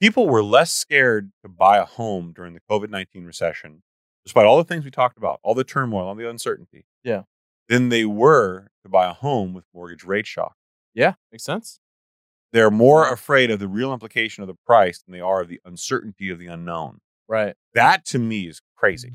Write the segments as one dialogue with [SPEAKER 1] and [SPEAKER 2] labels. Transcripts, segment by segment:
[SPEAKER 1] people were less scared to buy a home during the COVID 19 recession, despite all the things we talked about, all the turmoil, all the uncertainty.
[SPEAKER 2] Yeah.
[SPEAKER 1] Than they were to buy a home with mortgage rate shock.
[SPEAKER 2] Yeah, makes sense.
[SPEAKER 1] They're more afraid of the real implication of the price than they are of the uncertainty of the unknown.
[SPEAKER 2] Right.
[SPEAKER 1] That to me is crazy.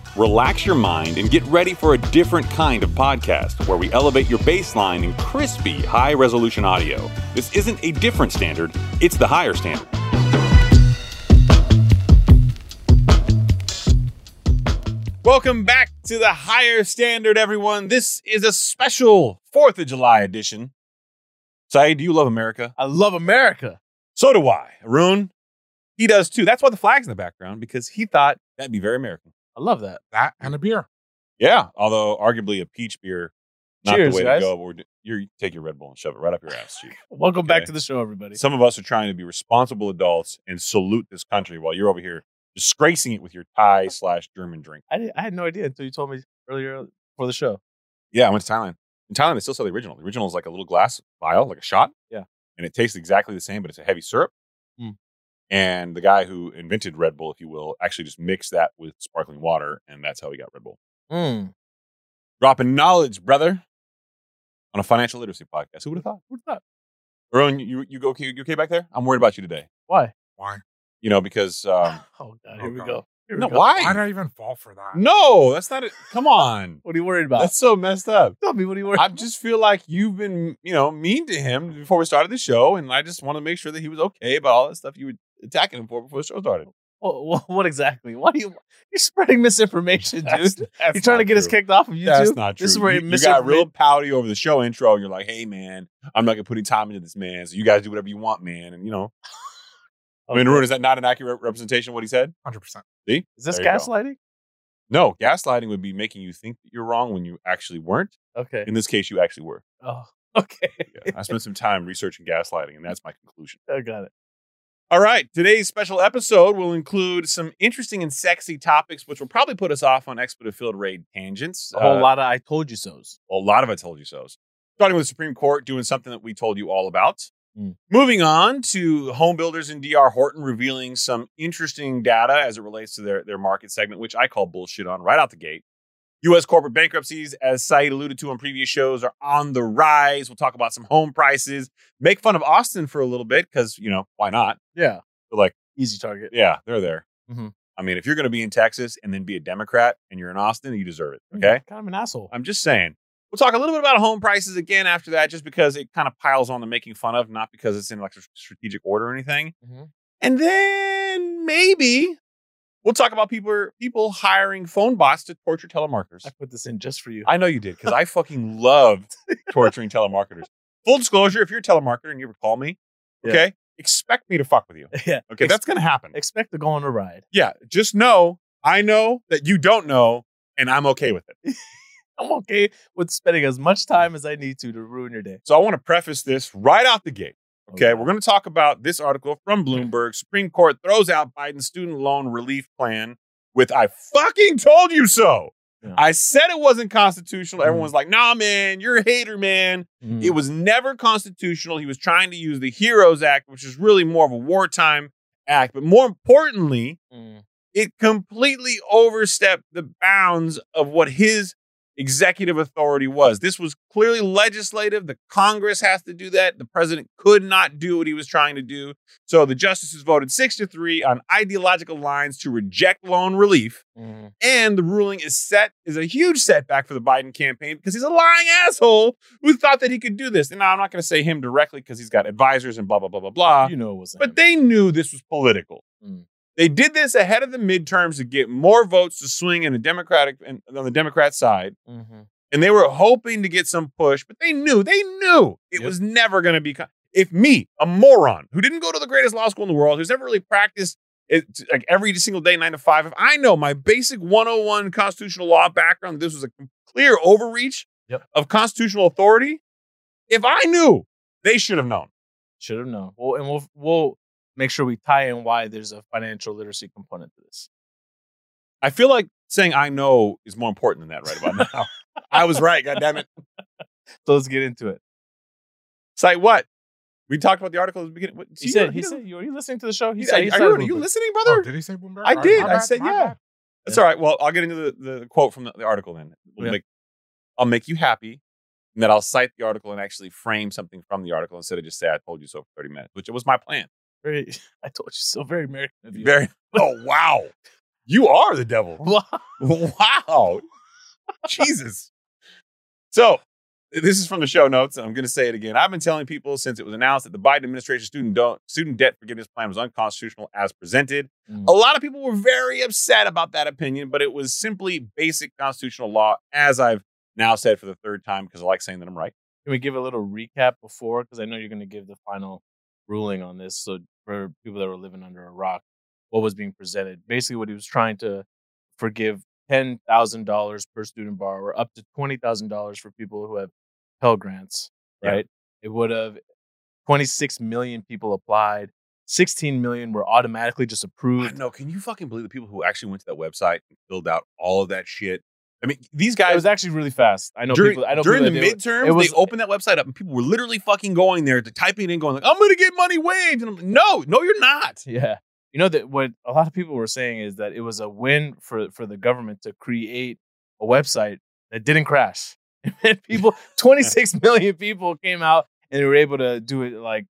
[SPEAKER 1] relax your mind, and get ready for a different kind of podcast where we elevate your baseline in crispy, high resolution audio. This isn't a different standard, it's the higher standard. Welcome back to the higher standard, everyone. This is a special 4th of July edition. Saeed, do you love America?
[SPEAKER 2] I love America.
[SPEAKER 1] So do I. Arun, he does too. That's why the flag's in the background, because he thought that'd be very American.
[SPEAKER 2] I love that.
[SPEAKER 3] that and a beer.
[SPEAKER 1] Yeah, although arguably a peach beer, not
[SPEAKER 2] Cheers,
[SPEAKER 1] the way
[SPEAKER 2] guys.
[SPEAKER 1] to go. But we're, do- you're, you take your Red Bull and shove it right up your ass. Chief.
[SPEAKER 2] Welcome
[SPEAKER 1] Okay.
[SPEAKER 2] back to the show, everybody.
[SPEAKER 1] Some of us are trying to be responsible adults and salute this country while you're over here disgracing it with your Thai slash German drink.
[SPEAKER 2] I, did, I had no idea until you told me earlier for the show.
[SPEAKER 1] Yeah, I went to Thailand. In Thailand, they still sell the original. The original is like a little glass vial, like a shot.
[SPEAKER 2] Yeah.
[SPEAKER 1] And it tastes exactly the same, but it's a heavy syrup.
[SPEAKER 2] Mm.
[SPEAKER 1] And the guy who invented Red Bull, if you will, actually just mixed that with sparkling water, and that's how we got Red Bull.
[SPEAKER 2] Mm.
[SPEAKER 1] Dropping knowledge, brother, on a financial literacy podcast. Who would have thought?
[SPEAKER 2] What's that?
[SPEAKER 1] Rowan, you you go okay, you okay back there? I'm worried about you today.
[SPEAKER 2] Why?
[SPEAKER 3] Why?
[SPEAKER 1] You know because um,
[SPEAKER 2] oh God,
[SPEAKER 3] oh,
[SPEAKER 2] here we
[SPEAKER 3] God.
[SPEAKER 2] go. Here
[SPEAKER 1] no,
[SPEAKER 2] we go.
[SPEAKER 3] Why
[SPEAKER 1] why?
[SPEAKER 3] did I even fall for that?
[SPEAKER 1] No, that's not it. Come on,
[SPEAKER 2] What are you worried about?
[SPEAKER 1] that's so messed up.
[SPEAKER 2] Tell me what are you worried.
[SPEAKER 1] I just feel like you've been you know mean to him before we started the show, and I just want to make sure that he was okay about all that stuff you were attacking him for before the show started.
[SPEAKER 2] What, what, what exactly? Why do you? You're spreading misinformation, dude. you're trying to
[SPEAKER 1] not
[SPEAKER 2] get us
[SPEAKER 1] true.
[SPEAKER 2] kicked off of YouTube.
[SPEAKER 1] That's not true.
[SPEAKER 2] This is where
[SPEAKER 1] you,
[SPEAKER 2] it
[SPEAKER 1] you got
[SPEAKER 2] misinforma-
[SPEAKER 1] real pouty over the show intro. And you're like, "Hey, man, I'm not gonna put any time into this, man. So you guys do whatever you want, man." And you know, I mean,
[SPEAKER 2] Okay.
[SPEAKER 1] Arun, is that not an accurate representation of what he said?
[SPEAKER 3] Hundred percent.
[SPEAKER 2] Is this
[SPEAKER 1] There you go.
[SPEAKER 2] gaslighting?
[SPEAKER 1] No, gaslighting would be making you think that you're wrong when you actually weren't.
[SPEAKER 2] Okay.
[SPEAKER 1] In this case, you actually were.
[SPEAKER 2] Oh, okay.
[SPEAKER 1] Yeah. I spent some time researching gaslighting, and that's my conclusion.
[SPEAKER 2] I got it.
[SPEAKER 1] All right. Today's special episode will include some interesting and sexy topics, which will probably put us off on expletive filled raid tangents.
[SPEAKER 2] A whole
[SPEAKER 1] Uh,
[SPEAKER 2] lot of I told you so's.
[SPEAKER 1] a lot of I told you so's. Starting with the Supreme Court doing something that we told you all about.
[SPEAKER 2] Mm.
[SPEAKER 1] Moving on to home builders in DR Horton revealing some interesting data as it relates to their, their market segment, which I call bullshit on right out the gate. U.S. corporate bankruptcies, as Said alluded to on previous shows, are on the rise. We'll talk about some home prices. Make fun of Austin for a little bit because, you know, why not?
[SPEAKER 2] Yeah.
[SPEAKER 1] But like,
[SPEAKER 2] Easy target.
[SPEAKER 1] yeah, they're there.
[SPEAKER 2] Mhm.
[SPEAKER 1] I mean, if you're going to be in Texas and then be a Democrat and you're in Austin, you deserve it. Okay.
[SPEAKER 2] Hmm. Kind of an asshole.
[SPEAKER 1] I'm just saying. We'll talk a little bit about home prices again after that, just because it kind of piles on the making fun of, not because it's in like a strategic order or anything.
[SPEAKER 2] Mhm.
[SPEAKER 1] And then maybe we'll talk about people people hiring phone bots to torture telemarketers.
[SPEAKER 2] I put this in just for you.
[SPEAKER 1] I know you did because I fucking loved torturing telemarketers. Full disclosure: if you're a telemarketer and you ever call me,
[SPEAKER 2] Yeah.
[SPEAKER 1] okay, expect me to fuck with you.
[SPEAKER 2] yeah.
[SPEAKER 1] Okay,
[SPEAKER 2] Ex-
[SPEAKER 1] that's gonna happen.
[SPEAKER 2] expect to go on a ride.
[SPEAKER 1] Yeah, just know I know that you don't know, and I'm okay with it.
[SPEAKER 2] I'm okay with spending as
[SPEAKER 1] Mm.
[SPEAKER 2] much time as I need to to ruin your day.
[SPEAKER 1] So I want to preface this right out the gate. Okay,
[SPEAKER 2] Okay.
[SPEAKER 1] we're going to talk about this article from Bloomberg. Supreme Court throws out Biden's student loan relief plan with I fucking told you so.
[SPEAKER 2] Yeah.
[SPEAKER 1] I said it wasn't constitutional.
[SPEAKER 2] Mhm.
[SPEAKER 1] Everyone's like, nah, man, you're a hater, man.
[SPEAKER 2] Mm-hmm. Mm.
[SPEAKER 1] It was never constitutional. He was trying to use the HEROES Act, which is really more of a wartime act. But more
[SPEAKER 4] Mm,
[SPEAKER 1] importantly, it completely overstepped the bounds of what his executive authority was. This was clearly legislative. The Congress has to do that. The president could not do what he was trying to do. So the justices voted six to three on ideological lines to reject loan relief.
[SPEAKER 4] mm-hmm.
[SPEAKER 2] Mm.
[SPEAKER 1] And the ruling is set is a huge setback for the Biden campaign because he's a lying asshole who thought that he could do this. And now I'm not going to say him directly because he's got advisors and blah blah blah blah blah.
[SPEAKER 2] Ah, you know it wasn't.
[SPEAKER 1] But
[SPEAKER 2] him.
[SPEAKER 1] they knew this was political.
[SPEAKER 2] Mm.
[SPEAKER 1] They did this ahead of the midterms to get more votes to swing in the Democratic and on the Democrat side.
[SPEAKER 4] Mm-hmm.
[SPEAKER 2] Mhm.
[SPEAKER 1] And they were hoping to get some push, but they knew, they knew it
[SPEAKER 2] Yep.
[SPEAKER 1] was never going to be. co- If me, a moron who didn't go to the greatest law school in the world, who's never really practiced it like every single day, nine to five, if I know my basic 101 constitutional law background, this was a clear overreach
[SPEAKER 2] Yep.
[SPEAKER 1] of constitutional authority. If I knew, they should have known.
[SPEAKER 2] should have known. Well, and we'll we'll make sure we tie in why there's a financial literacy component to this.
[SPEAKER 1] I feel like saying I know is more important than that right about now. I was right, goddammit.
[SPEAKER 2] So let's get into it.
[SPEAKER 1] It's like what? We talked about the article at the beginning. What,
[SPEAKER 2] He
[SPEAKER 1] see,
[SPEAKER 2] said.
[SPEAKER 1] you-
[SPEAKER 2] He
[SPEAKER 1] you
[SPEAKER 2] said. You, are you listening to the show? He
[SPEAKER 1] He
[SPEAKER 2] said.
[SPEAKER 1] said,
[SPEAKER 2] He
[SPEAKER 1] are,
[SPEAKER 2] said
[SPEAKER 1] you,
[SPEAKER 2] Bloomberg.
[SPEAKER 1] are you listening,
[SPEAKER 4] Oh,
[SPEAKER 1] brother?
[SPEAKER 4] did he say Bloomberg?
[SPEAKER 1] I
[SPEAKER 4] All right,
[SPEAKER 1] did.
[SPEAKER 4] my
[SPEAKER 1] I
[SPEAKER 4] bad,
[SPEAKER 1] said,
[SPEAKER 4] my
[SPEAKER 1] yeah.
[SPEAKER 4] bad.
[SPEAKER 1] That's all right. Well, I'll get into the, the quote from the, the article then. We'll
[SPEAKER 2] Yeah.
[SPEAKER 1] make, I'll make you happy. And then I'll cite the article and actually frame something from the article instead of just say, I told you so for 30 minutes, which was my plan.
[SPEAKER 2] Very, I told you so. Very American of you.
[SPEAKER 1] Very. Oh, wow. You are the devil.
[SPEAKER 2] Wow.
[SPEAKER 1] wow. Jesus. So, this is from the show notes. I'm going to say it again. I've been telling people since it was announced that the Biden administration student, do- student debt forgiveness plan was unconstitutional as presented.
[SPEAKER 2] Mm.
[SPEAKER 1] A lot of people were very upset about that opinion, but it was simply basic constitutional law, as I've now said for the third time because I like saying that I'm right.
[SPEAKER 2] Can we give a little recap before? Because I know you're going to give the final ruling on this. So for people that were living under a rock, what was being presented? Basically, what he was trying to forgive ten thousand dollars per student borrower, up to twenty thousand dollars for people who have Pell grants.
[SPEAKER 1] Yeah.
[SPEAKER 2] Right? It would have twenty six million people applied. Sixteen million were automatically just approved.
[SPEAKER 1] No, can you fucking believe the people who actually went to that website and filled out all of that shit? I mean, these
[SPEAKER 2] It
[SPEAKER 1] guys
[SPEAKER 2] was actually really fast. I know
[SPEAKER 1] during,
[SPEAKER 2] people. I know
[SPEAKER 1] during
[SPEAKER 2] people
[SPEAKER 1] the
[SPEAKER 2] that did it.
[SPEAKER 1] midterms,
[SPEAKER 2] was-
[SPEAKER 1] they opened that website up and people were literally fucking going there to typing in, going like, "I'm gonna get money waived," and I'm like, "No, no, you're not."
[SPEAKER 2] Yeah. You know that what a lot of people were saying is that it was a win for for the government to create a website that didn't crash. And people 26 million people came out and they were able to do it like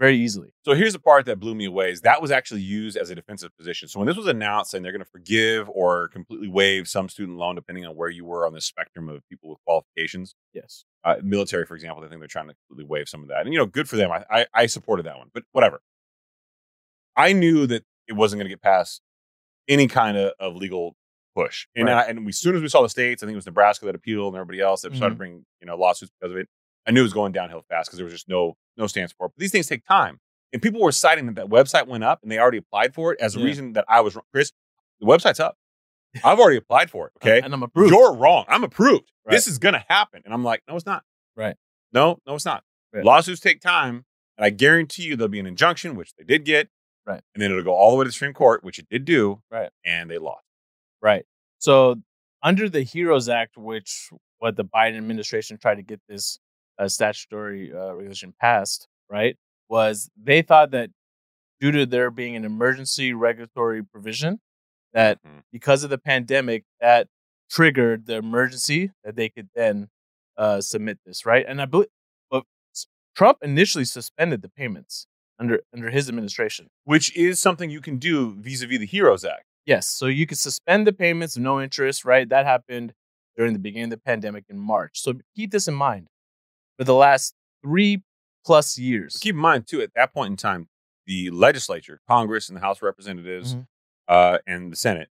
[SPEAKER 2] very easily.
[SPEAKER 1] So here's the part that blew me away: is that was actually used as a defensive position. So when this was announced, saying they're gonna forgive or completely waive some student loan, depending on where you were on the spectrum of people with qualifications,
[SPEAKER 2] Yes.
[SPEAKER 1] uh, military, for example, they think they're trying to completely waive some of that. And you know, good for them. I I, I supported that one, but whatever. I knew that it wasn't going to get past any kind of, of legal push, and
[SPEAKER 2] Right.
[SPEAKER 1] I, and we, as soon as we saw the states, I think it was Nebraska that appealed, and everybody else that started
[SPEAKER 2] Mhm.
[SPEAKER 1] bringing you know lawsuits because of it. I knew it was going downhill fast because there was just no no stance for it. But these things take time, and people were citing that that website went up and they already applied for it as a
[SPEAKER 2] Yeah.
[SPEAKER 1] reason that I was wrong. Chris, the website's up. I've already applied for it. Okay,
[SPEAKER 2] And I'm approved.
[SPEAKER 1] you're wrong. I'm approved.
[SPEAKER 2] Right.
[SPEAKER 1] This is going to happen. And I'm like, no, it's not.
[SPEAKER 2] Right.
[SPEAKER 1] No, no, it's not.
[SPEAKER 2] Right.
[SPEAKER 1] Lawsuits take time. And I guarantee you there'll be an injunction, which they did get.
[SPEAKER 2] Right.
[SPEAKER 1] And then it'll go all the way to the Supreme Court, which it did do.
[SPEAKER 2] Right.
[SPEAKER 1] And they lost.
[SPEAKER 2] Right. So under the Heroes Act, which what the Biden administration tried to get this uh, statutory uh, regulation passed, right, was they thought that due to there being an emergency regulatory provision, that
[SPEAKER 1] Mhm.
[SPEAKER 2] because of the pandemic, that triggered the emergency that they could then uh, submit this, right? And I believe, but Trump initially suspended the payments under under his administration.
[SPEAKER 1] Which is something you can do vis a vis the HEROES Act.
[SPEAKER 2] Yes. So you could suspend the payments, no interest, right? That happened during the beginning of the pandemic in March. So keep this in mind for the last three plus years.
[SPEAKER 1] Keep in mind, too, at that point in time, the legislature, Congress, and the House of Representatives
[SPEAKER 2] Mhm.
[SPEAKER 1] uh, and the Senate,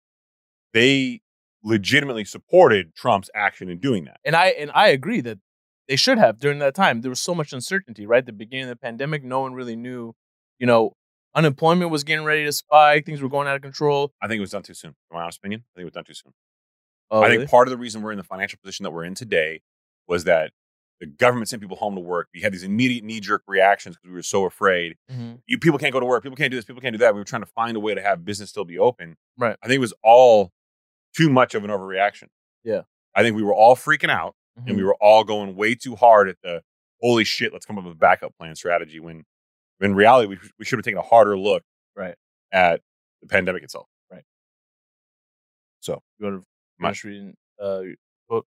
[SPEAKER 1] they legitimately supported Trump's action in doing that.
[SPEAKER 2] and I and I agree that they should have during that time. There was so much uncertainty, right? The beginning of the pandemic, no one really knew, you know, unemployment was getting ready to spike, things were going out of control.
[SPEAKER 1] I think it was done too soon, in my honest opinion. I think it was done too soon.
[SPEAKER 2] Oh,
[SPEAKER 1] I
[SPEAKER 2] really?
[SPEAKER 1] think part of the reason we're in the financial position that we're in today was that the government sent people home to work. We had these immediate knee jerk reactions because we were so afraid.
[SPEAKER 2] Mhm.
[SPEAKER 1] You people can't go to work. People can't do this. People can't do that. We were trying to find a way to have business still be open.
[SPEAKER 2] Right.
[SPEAKER 1] I think it was all too much of an overreaction.
[SPEAKER 2] Yeah.
[SPEAKER 1] I think we were all freaking out and
[SPEAKER 2] mm-hmm.
[SPEAKER 1] we were all going way too hard at the holy shit, let's come up with a backup plan strategy when in reality we, we should have taken a harder look
[SPEAKER 2] Right.
[SPEAKER 1] at the pandemic itself.
[SPEAKER 2] Right.
[SPEAKER 1] So
[SPEAKER 2] You want to
[SPEAKER 1] My-
[SPEAKER 2] finish reading uh, your book?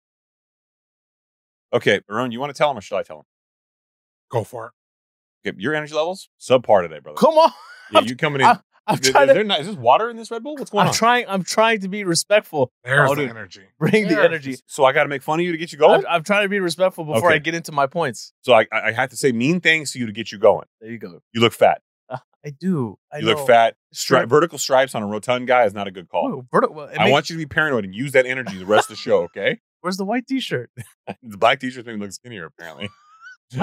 [SPEAKER 1] Okay, Arun, you want to tell him or should I tell him?
[SPEAKER 5] Go for it.
[SPEAKER 1] Okay, your energy levels subpar today, brother.
[SPEAKER 2] Come on.
[SPEAKER 1] Yeah, you coming in?
[SPEAKER 2] I'm
[SPEAKER 1] Is
[SPEAKER 2] trying,
[SPEAKER 1] there
[SPEAKER 2] to,
[SPEAKER 1] not- is this water in this Red Bull? What's going
[SPEAKER 2] I'm
[SPEAKER 1] on?
[SPEAKER 2] trying. I'm trying to be respectful.
[SPEAKER 5] There's
[SPEAKER 2] Oh,
[SPEAKER 5] the
[SPEAKER 2] dude.
[SPEAKER 5] energy.
[SPEAKER 2] Bring the
[SPEAKER 5] There.
[SPEAKER 2] energy.
[SPEAKER 1] so I got to make fun of you to get you going.
[SPEAKER 2] I'm, I'm trying to be respectful before
[SPEAKER 1] Okay.
[SPEAKER 2] I get into my points.
[SPEAKER 1] so I, I I have to say mean things to you to get you going.
[SPEAKER 2] There you go.
[SPEAKER 1] You look fat.
[SPEAKER 2] I do. I
[SPEAKER 1] you
[SPEAKER 2] know.
[SPEAKER 1] look fat. Stri-
[SPEAKER 2] Sure.
[SPEAKER 1] Vertical stripes on a rotund guy is not a good call.
[SPEAKER 2] Whoa, Bert- well, it
[SPEAKER 1] I
[SPEAKER 2] makes-
[SPEAKER 1] want you to be paranoid and use that energy the rest of the show, okay?
[SPEAKER 2] Where's the white T-shirt?
[SPEAKER 1] The black t-shirts make me look skinnier, apparently.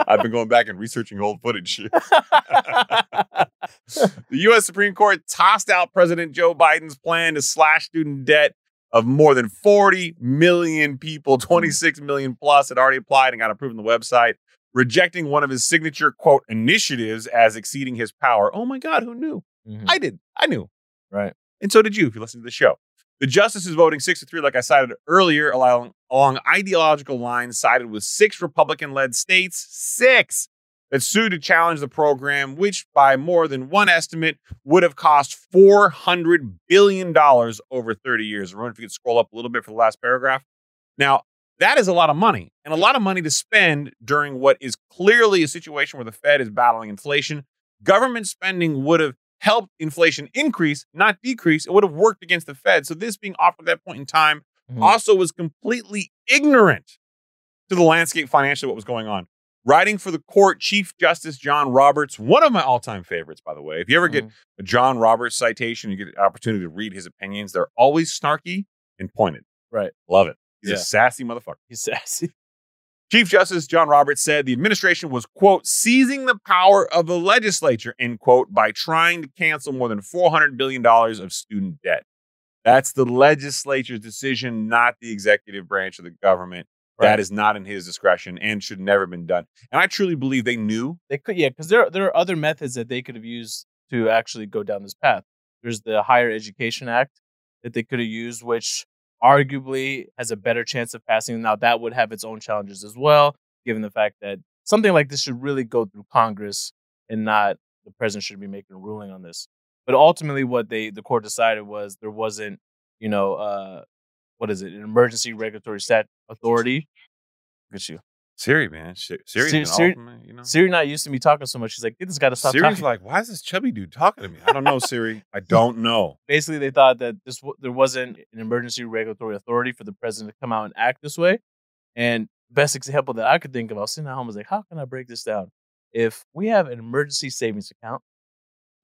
[SPEAKER 1] I've been going back and researching old footage.
[SPEAKER 2] Mm-hmm.
[SPEAKER 1] the U.S. Supreme Court tossed out President Joe Biden's plan to slash student debt of more than 40 million people, 26 million plus had already applied and got approved on the website, rejecting one of his signature, quote, initiatives as exceeding his power. Oh my God, who knew?
[SPEAKER 2] Mm-hmm.
[SPEAKER 1] I did. I knew.
[SPEAKER 2] Right.
[SPEAKER 1] And so did you if you listened to the show. The justices voting six to three, like I cited earlier, along, along ideological lines, sided with six Republican led states, six that sued to challenge the program, which by more than one estimate would have cost $400 billion over 30 years. Remember, if you could scroll up a little bit for the last paragraph. Now, that is a lot of money and a lot of money to spend during what is clearly a situation where the Fed is battling inflation. Government spending would have helped inflation increase, not decrease. It would have worked against the Fed. So this being offered at that point in time
[SPEAKER 2] Mhm.
[SPEAKER 1] also was completely ignorant to the landscape financially what was going on. Writing for the court, Chief Justice John Roberts, one of my all-time favorites, by the way. If you ever get
[SPEAKER 2] Mhm.
[SPEAKER 1] a John Roberts citation, you get an opportunity to read his opinions. They're always snarky and pointed.
[SPEAKER 2] Right.
[SPEAKER 1] Love it. He's a
[SPEAKER 2] Yeah.
[SPEAKER 1] sassy motherfucker.
[SPEAKER 2] He's sassy.
[SPEAKER 1] Chief Justice John Roberts said the administration was, quote, seizing the power of the legislature, end quote, by trying to cancel more than $400 billion of student debt. That's the legislature's decision, not the executive branch of the government.
[SPEAKER 2] Right.
[SPEAKER 1] That is not in his discretion and should never have been done. And I truly believe they knew.
[SPEAKER 2] They could, yeah, because there there are other methods that they could have used to actually go down this path. There's the Higher Education Act that they could have used, which arguably has a better chance of passing. Now that would have its own challenges as well, given the fact that something like this should really go through Congress and not the president should be making a ruling on this. But ultimately, what they the court decided was there wasn't, you know, uh, what is it, an emergency regulatory stat authority. Look at you.
[SPEAKER 1] Siri, man. Siri,
[SPEAKER 2] Siri's been Siri- Siri not used to me talking so much. She's like, this got to stop talking.
[SPEAKER 1] like, why is this chubby dude talking to me? I don't know, Siri. I don't know.
[SPEAKER 2] Basically, they thought that this w- there wasn't an emergency regulatory authority for the president to come out and act this way. And best example that I could think of, I was sitting at home, I was like, how can I break this down? If we have an emergency savings account,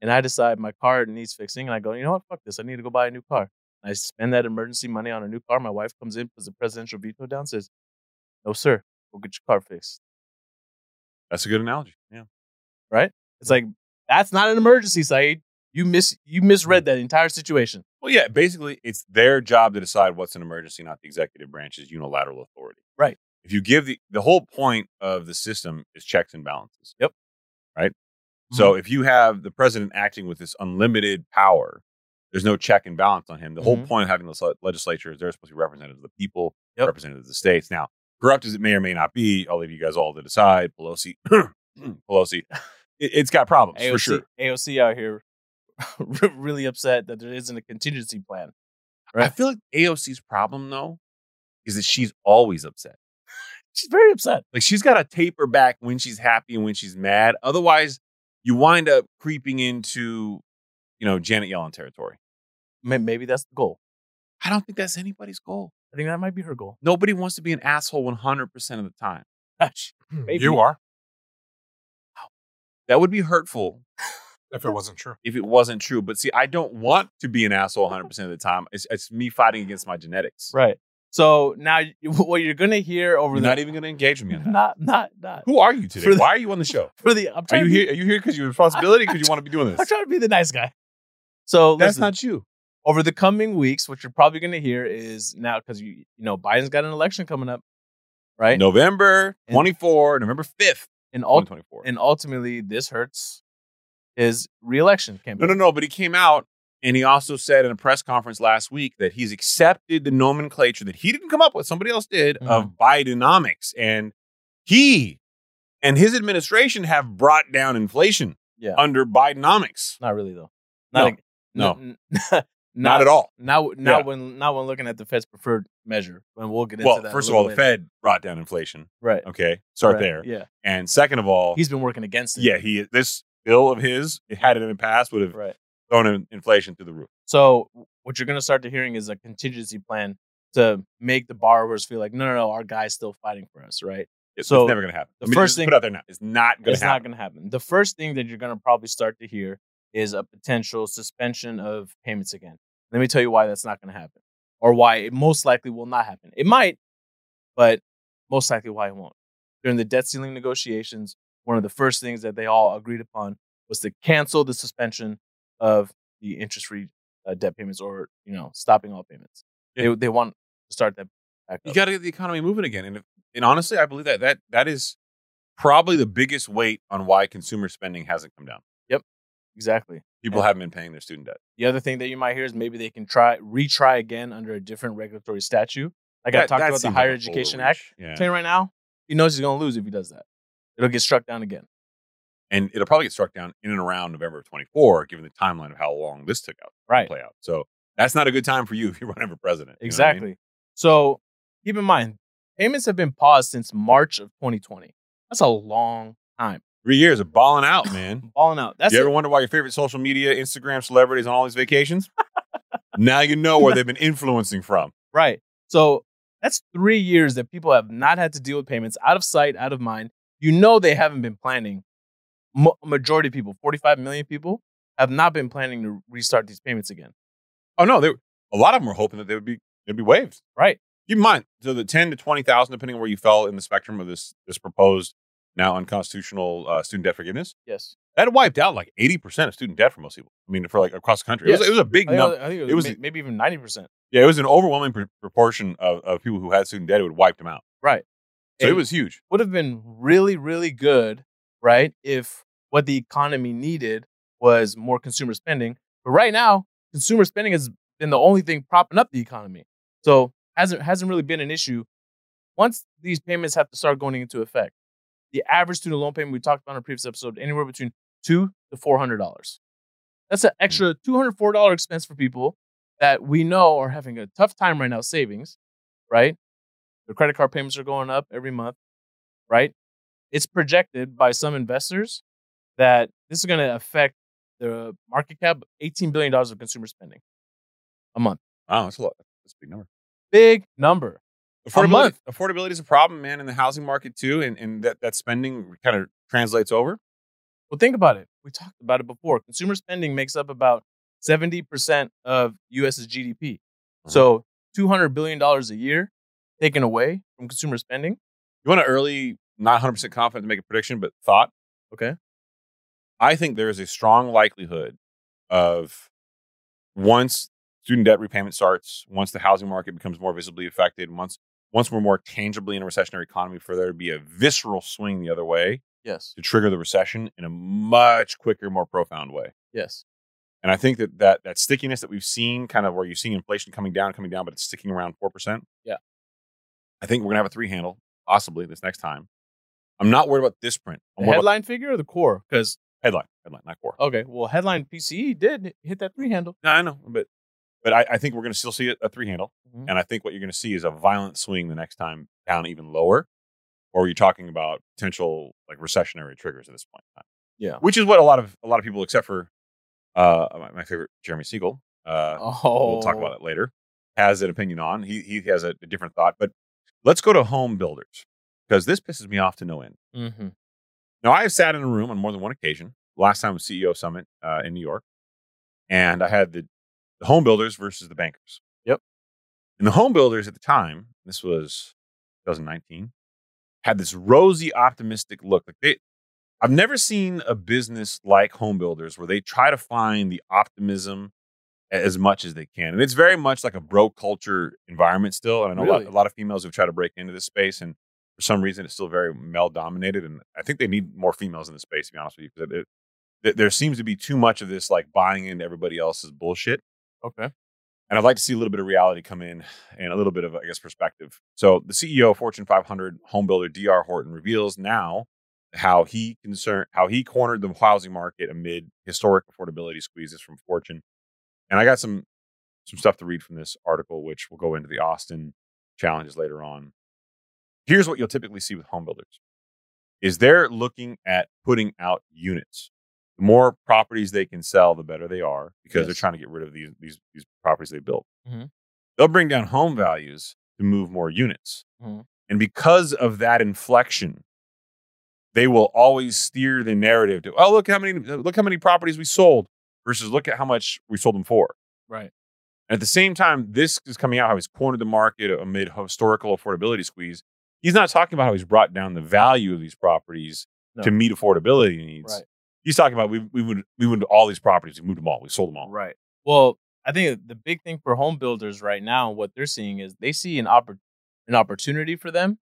[SPEAKER 2] and I decide my car needs fixing, and I go, you know what, fuck this, I need to go buy a new car. And I spend that emergency money on a new car. My wife comes in, puts a presidential veto down, says, no, sir, we'll get your car fixed.
[SPEAKER 1] That's a good analogy. Yeah.
[SPEAKER 2] It's like that's not an emergency, Saeed. You miss you misread that entire situation.
[SPEAKER 1] Well, yeah, basically, it's their job to decide what's an emergency, not the executive branch's unilateral authority.
[SPEAKER 2] Right.
[SPEAKER 1] If you give the the whole point of the system is checks and balances.
[SPEAKER 2] Yep. Mm-hmm.
[SPEAKER 1] Right. So if you have the president acting with this unlimited power, there's no check and balance on him. The whole
[SPEAKER 2] Mhm.
[SPEAKER 1] point of having this le- legislature is they're supposed to be representatives of the people,
[SPEAKER 2] Yep.
[SPEAKER 1] representatives of the states. Now, corrupt as it may or may not be, I'll leave you guys all to decide. Pelosi, Pelosi, it, it's got problems
[SPEAKER 2] AOC,
[SPEAKER 1] for sure.
[SPEAKER 2] AOC out here re- really upset that there isn't a contingency plan.
[SPEAKER 1] I feel like AOC's problem though is that she's always upset.
[SPEAKER 2] She's very upset.
[SPEAKER 1] Like she's got to taper back when she's happy and when she's mad. Otherwise, you wind up creeping into, you know, Janet Yellen territory.
[SPEAKER 2] May- Maybe that's the goal.
[SPEAKER 1] I don't think that's anybody's goal.
[SPEAKER 2] I think that might be her goal. Ah,
[SPEAKER 1] Nobody wants to be an asshole 100% of the time.
[SPEAKER 2] Gosh, Maybe.
[SPEAKER 5] Hmm, You are,
[SPEAKER 1] Oh, That would be hurtful
[SPEAKER 5] if it wasn't true.
[SPEAKER 1] if it wasn't true. But see, I don't want to be an asshole 100% of the time. It's, it's me fighting against my genetics.
[SPEAKER 2] right. So now y- what you're gonna hear over
[SPEAKER 1] You're
[SPEAKER 2] the
[SPEAKER 1] not even going to engage with me on that.
[SPEAKER 2] not not not
[SPEAKER 1] Who are you today?
[SPEAKER 2] For the-
[SPEAKER 1] Why are you on the show?
[SPEAKER 2] for the I'm
[SPEAKER 1] Are
[SPEAKER 2] trying
[SPEAKER 1] you
[SPEAKER 2] to be-
[SPEAKER 1] here? Are you here because of your responsibility? Because you want to be doing
[SPEAKER 2] I'm
[SPEAKER 1] this?
[SPEAKER 2] trying to be the nice guy. So
[SPEAKER 1] That's
[SPEAKER 2] listen,
[SPEAKER 1] not you.
[SPEAKER 2] over the coming weeks, what you're probably gonna hear is now because you you know Biden's got an election coming up, right?
[SPEAKER 1] November
[SPEAKER 2] And-
[SPEAKER 1] 24, November 5th,
[SPEAKER 2] And all
[SPEAKER 1] 2024.
[SPEAKER 2] and ultimately this hurts his reelection
[SPEAKER 1] No,
[SPEAKER 2] campaign.
[SPEAKER 1] no, no. But he came out and he also said in a press conference last week that he's accepted the nomenclature that he didn't come up with, somebody else did, of Bidenomics. And he and his administration have brought down inflation
[SPEAKER 2] Yeah.
[SPEAKER 1] under Bidenomics.
[SPEAKER 2] Not really though.
[SPEAKER 1] No.
[SPEAKER 2] Not a- n- n-
[SPEAKER 1] Not at all.
[SPEAKER 2] Now, now
[SPEAKER 1] Yeah.
[SPEAKER 2] when now when looking at the Fed's preferred measure, when we'll get into
[SPEAKER 1] Well,
[SPEAKER 2] that. a
[SPEAKER 1] first of
[SPEAKER 2] little
[SPEAKER 1] all, the
[SPEAKER 2] later.
[SPEAKER 1] Fed brought down inflation.
[SPEAKER 2] right?
[SPEAKER 1] Okay, start
[SPEAKER 2] right,
[SPEAKER 1] there.
[SPEAKER 2] Yeah,
[SPEAKER 1] And second of all,
[SPEAKER 2] he's been working against it.
[SPEAKER 1] yeah, he this bill of his, it had it been passed, would have
[SPEAKER 2] right.
[SPEAKER 1] thrown in- inflation through the roof.
[SPEAKER 2] So what you're going to start to hearing is a contingency plan to make the borrowers feel like, no, no, no, our guy's still fighting for us, right?
[SPEAKER 1] It's,
[SPEAKER 2] So,
[SPEAKER 1] it's never going to happen.
[SPEAKER 2] the
[SPEAKER 1] Let me
[SPEAKER 2] first
[SPEAKER 1] just
[SPEAKER 2] thing-
[SPEAKER 1] put out there now, it's not going
[SPEAKER 2] it's
[SPEAKER 1] to happen.
[SPEAKER 2] not going to happen. The first thing that you're going to probably start to hear is a potential suspension of payments again. Let me tell you why that's not going to happen or why it most likely will not happen. It might, but most likely why it won't. During the debt ceiling negotiations, one of the first things that they all agreed upon was to cancel the suspension of the interest-free uh, debt payments or, you know, stopping all payments. They, they want to start that back
[SPEAKER 1] you
[SPEAKER 2] up.
[SPEAKER 1] got to get the economy moving again. And if, and honestly, I believe that that that is probably the biggest weight on why consumer spending hasn't come down.
[SPEAKER 2] exactly.
[SPEAKER 1] People
[SPEAKER 2] Yeah.
[SPEAKER 1] haven't been paying their student debt.
[SPEAKER 2] The other thing that you might hear is maybe they can try retry again under a different regulatory statute. Like I
[SPEAKER 1] That-
[SPEAKER 2] talked
[SPEAKER 1] that
[SPEAKER 2] about the
[SPEAKER 1] seems
[SPEAKER 2] Higher
[SPEAKER 1] like an
[SPEAKER 2] Education
[SPEAKER 1] overreach.
[SPEAKER 2] Act.
[SPEAKER 1] Yeah.
[SPEAKER 2] Saying right now, he knows he's gonna lose if he does that. It'll get struck down again.
[SPEAKER 1] and it'll probably get struck down in and around November of 24, given the timeline of how long this took out to
[SPEAKER 2] Right.
[SPEAKER 1] play out. So that's not a good time for you if you run for president. you know what I mean?
[SPEAKER 2] Exactly. So keep in mind, payments have been paused since March of 2020. That's a long time.
[SPEAKER 1] Three years of balling out, man.
[SPEAKER 2] Balling out. That's
[SPEAKER 1] you ever
[SPEAKER 2] it.
[SPEAKER 1] wonder why your favorite social media, Instagram celebrities on all these vacations? now you know where they've been influencing from.
[SPEAKER 2] right. So that's three years that people have not had to deal with payments out of sight, out of mind. You know they haven't been planning. Mo- majority of people, 45 million people, have not been planning to restart these payments again.
[SPEAKER 1] Oh no, they, a lot of them were hoping that they would be they'd be waived.
[SPEAKER 2] Right.
[SPEAKER 1] Keep in mind, so the ten to twenty thousand, depending on where you fell in the spectrum of this this proposed now unconstitutional uh, student debt forgiveness,
[SPEAKER 2] Yes.
[SPEAKER 1] that wiped out like eighty percent of student debt for most people. I mean, for like across the country, it was
[SPEAKER 2] Yes. Oh,
[SPEAKER 1] it was a big
[SPEAKER 2] I think,
[SPEAKER 1] number.
[SPEAKER 2] I think it was,
[SPEAKER 1] It was-
[SPEAKER 2] may- maybe even 90%.
[SPEAKER 1] Yeah, it was an overwhelming pr- proportion of, of people who had student debt. It would wipe them out.
[SPEAKER 2] Right.
[SPEAKER 1] So it
[SPEAKER 2] And-
[SPEAKER 1] was huge.
[SPEAKER 2] would have been really, really good, right? If what the economy needed was more consumer spending. But right now, consumer spending has been the only thing propping up the economy. So hasn't hasn't really been an issue. Once these payments have to start going into effect, the average student loan payment we talked about in a previous episode, anywhere between two to four hundred dollars. That's an extra two hundred four dollar expense for people that we know are having a tough time right now savings, right? Their credit card payments are going up every month right? It's projected by some investors that this is going to affect the market cap of $18 billion of consumer spending a month.
[SPEAKER 1] Wow, that's a lot. That's a big number.
[SPEAKER 2] Big number.
[SPEAKER 1] Affordability,
[SPEAKER 2] month.
[SPEAKER 1] affordability is a problem, man, in the housing market too, and, and that, that spending kind of translates over.
[SPEAKER 2] Well, think about it. We talked about it before. Consumer spending makes up about 70% of US's GDP.
[SPEAKER 1] Uh-huh.
[SPEAKER 2] So $200 billion a year taken away from consumer spending.
[SPEAKER 1] You want an early, not 100% confident to make a prediction, but thought?
[SPEAKER 2] Okay.
[SPEAKER 1] I think there is a strong likelihood of once student debt repayment starts, once the housing market becomes more visibly affected, once once we're more tangibly in a recessionary economy, for there to be a visceral swing the other way
[SPEAKER 2] Yes.
[SPEAKER 1] to trigger the recession in a much quicker, more profound way.
[SPEAKER 2] Yes.
[SPEAKER 1] And I think that that, that stickiness that we've seen, kind of where you're seeing inflation coming down, coming down, but it's sticking around four percent.
[SPEAKER 2] Yeah.
[SPEAKER 1] I think we're gonna have a three handle, possibly this next time. I'm not worried about this print. I'm
[SPEAKER 2] The
[SPEAKER 1] worried about
[SPEAKER 2] headline figure or the core? Because,
[SPEAKER 1] headline, headline, not core.
[SPEAKER 2] okay, well, headline PCE did hit that three handle.
[SPEAKER 1] No, I know, but but I, I think we're going to still see a, a three handle,
[SPEAKER 2] Mhm.
[SPEAKER 1] and I think what you're going to see is a violent swing the next time down even lower, or you're talking about potential like recessionary triggers at this point. in time.
[SPEAKER 2] Yeah.
[SPEAKER 1] which is what a lot of a lot of people, except for uh, my, my favorite Jeremy Siegel, uh,
[SPEAKER 2] Oh.
[SPEAKER 1] we'll talk about that later, has an opinion on. He he has a, a different thought, but let's go to home builders because this pisses me off to no end.
[SPEAKER 2] Mm-hmm.
[SPEAKER 1] Now, I have sat in a room on more than one occasion. Last time was CEO Summit uh, in New York, and I had the, the home builders versus the bankers.
[SPEAKER 2] Yep.
[SPEAKER 1] And the home builders at the time, this was 2019, had this rosy, optimistic look. Like they, I've never seen a business like home builders where they try to find the optimism a- as much as they can. And it's very much like a bro culture environment still. And I know a,
[SPEAKER 2] Really?
[SPEAKER 1] lot, a lot of females who try to break into this space and for some reason it's still very male dominated and i think they need more females in the space to be honest with you because it, it, there seems to be too much of this like buying into everybody else's bullshit
[SPEAKER 2] Okay.
[SPEAKER 1] and i'd like to see a little bit of reality come in and a little bit of i guess perspective so the ceo of fortune 500 homebuilder dr horton reveals now how he concern how he cornered the housing market amid historic affordability squeezes from fortune and i got some some stuff to read from this article, which will go into the Austin challenges later on. Here's what you'll typically see with home builders is they're looking at putting out units. The more properties they can sell, the better they are because they're
[SPEAKER 2] Yes.
[SPEAKER 1] trying to get rid of these these, these properties they built.
[SPEAKER 2] Mhm.
[SPEAKER 1] They'll bring down home values to move more units.
[SPEAKER 2] Mhm.
[SPEAKER 1] And because of that inflection, they will always steer the narrative to, oh, look how many look how many properties we sold versus look at how much we sold them for.
[SPEAKER 2] Right.
[SPEAKER 1] And at the same time, this is coming out how he's cornered the market amid historical affordability squeeze. He's not talking about how he's brought down the value of these properties
[SPEAKER 2] No.
[SPEAKER 1] to meet affordability needs.
[SPEAKER 2] Right.
[SPEAKER 1] He's talking about we we would we went to all these properties, we moved them all, we sold them all.
[SPEAKER 2] Right. Well, I think the big thing for home builders right now, what they're seeing is they see an oppor- an opportunity for them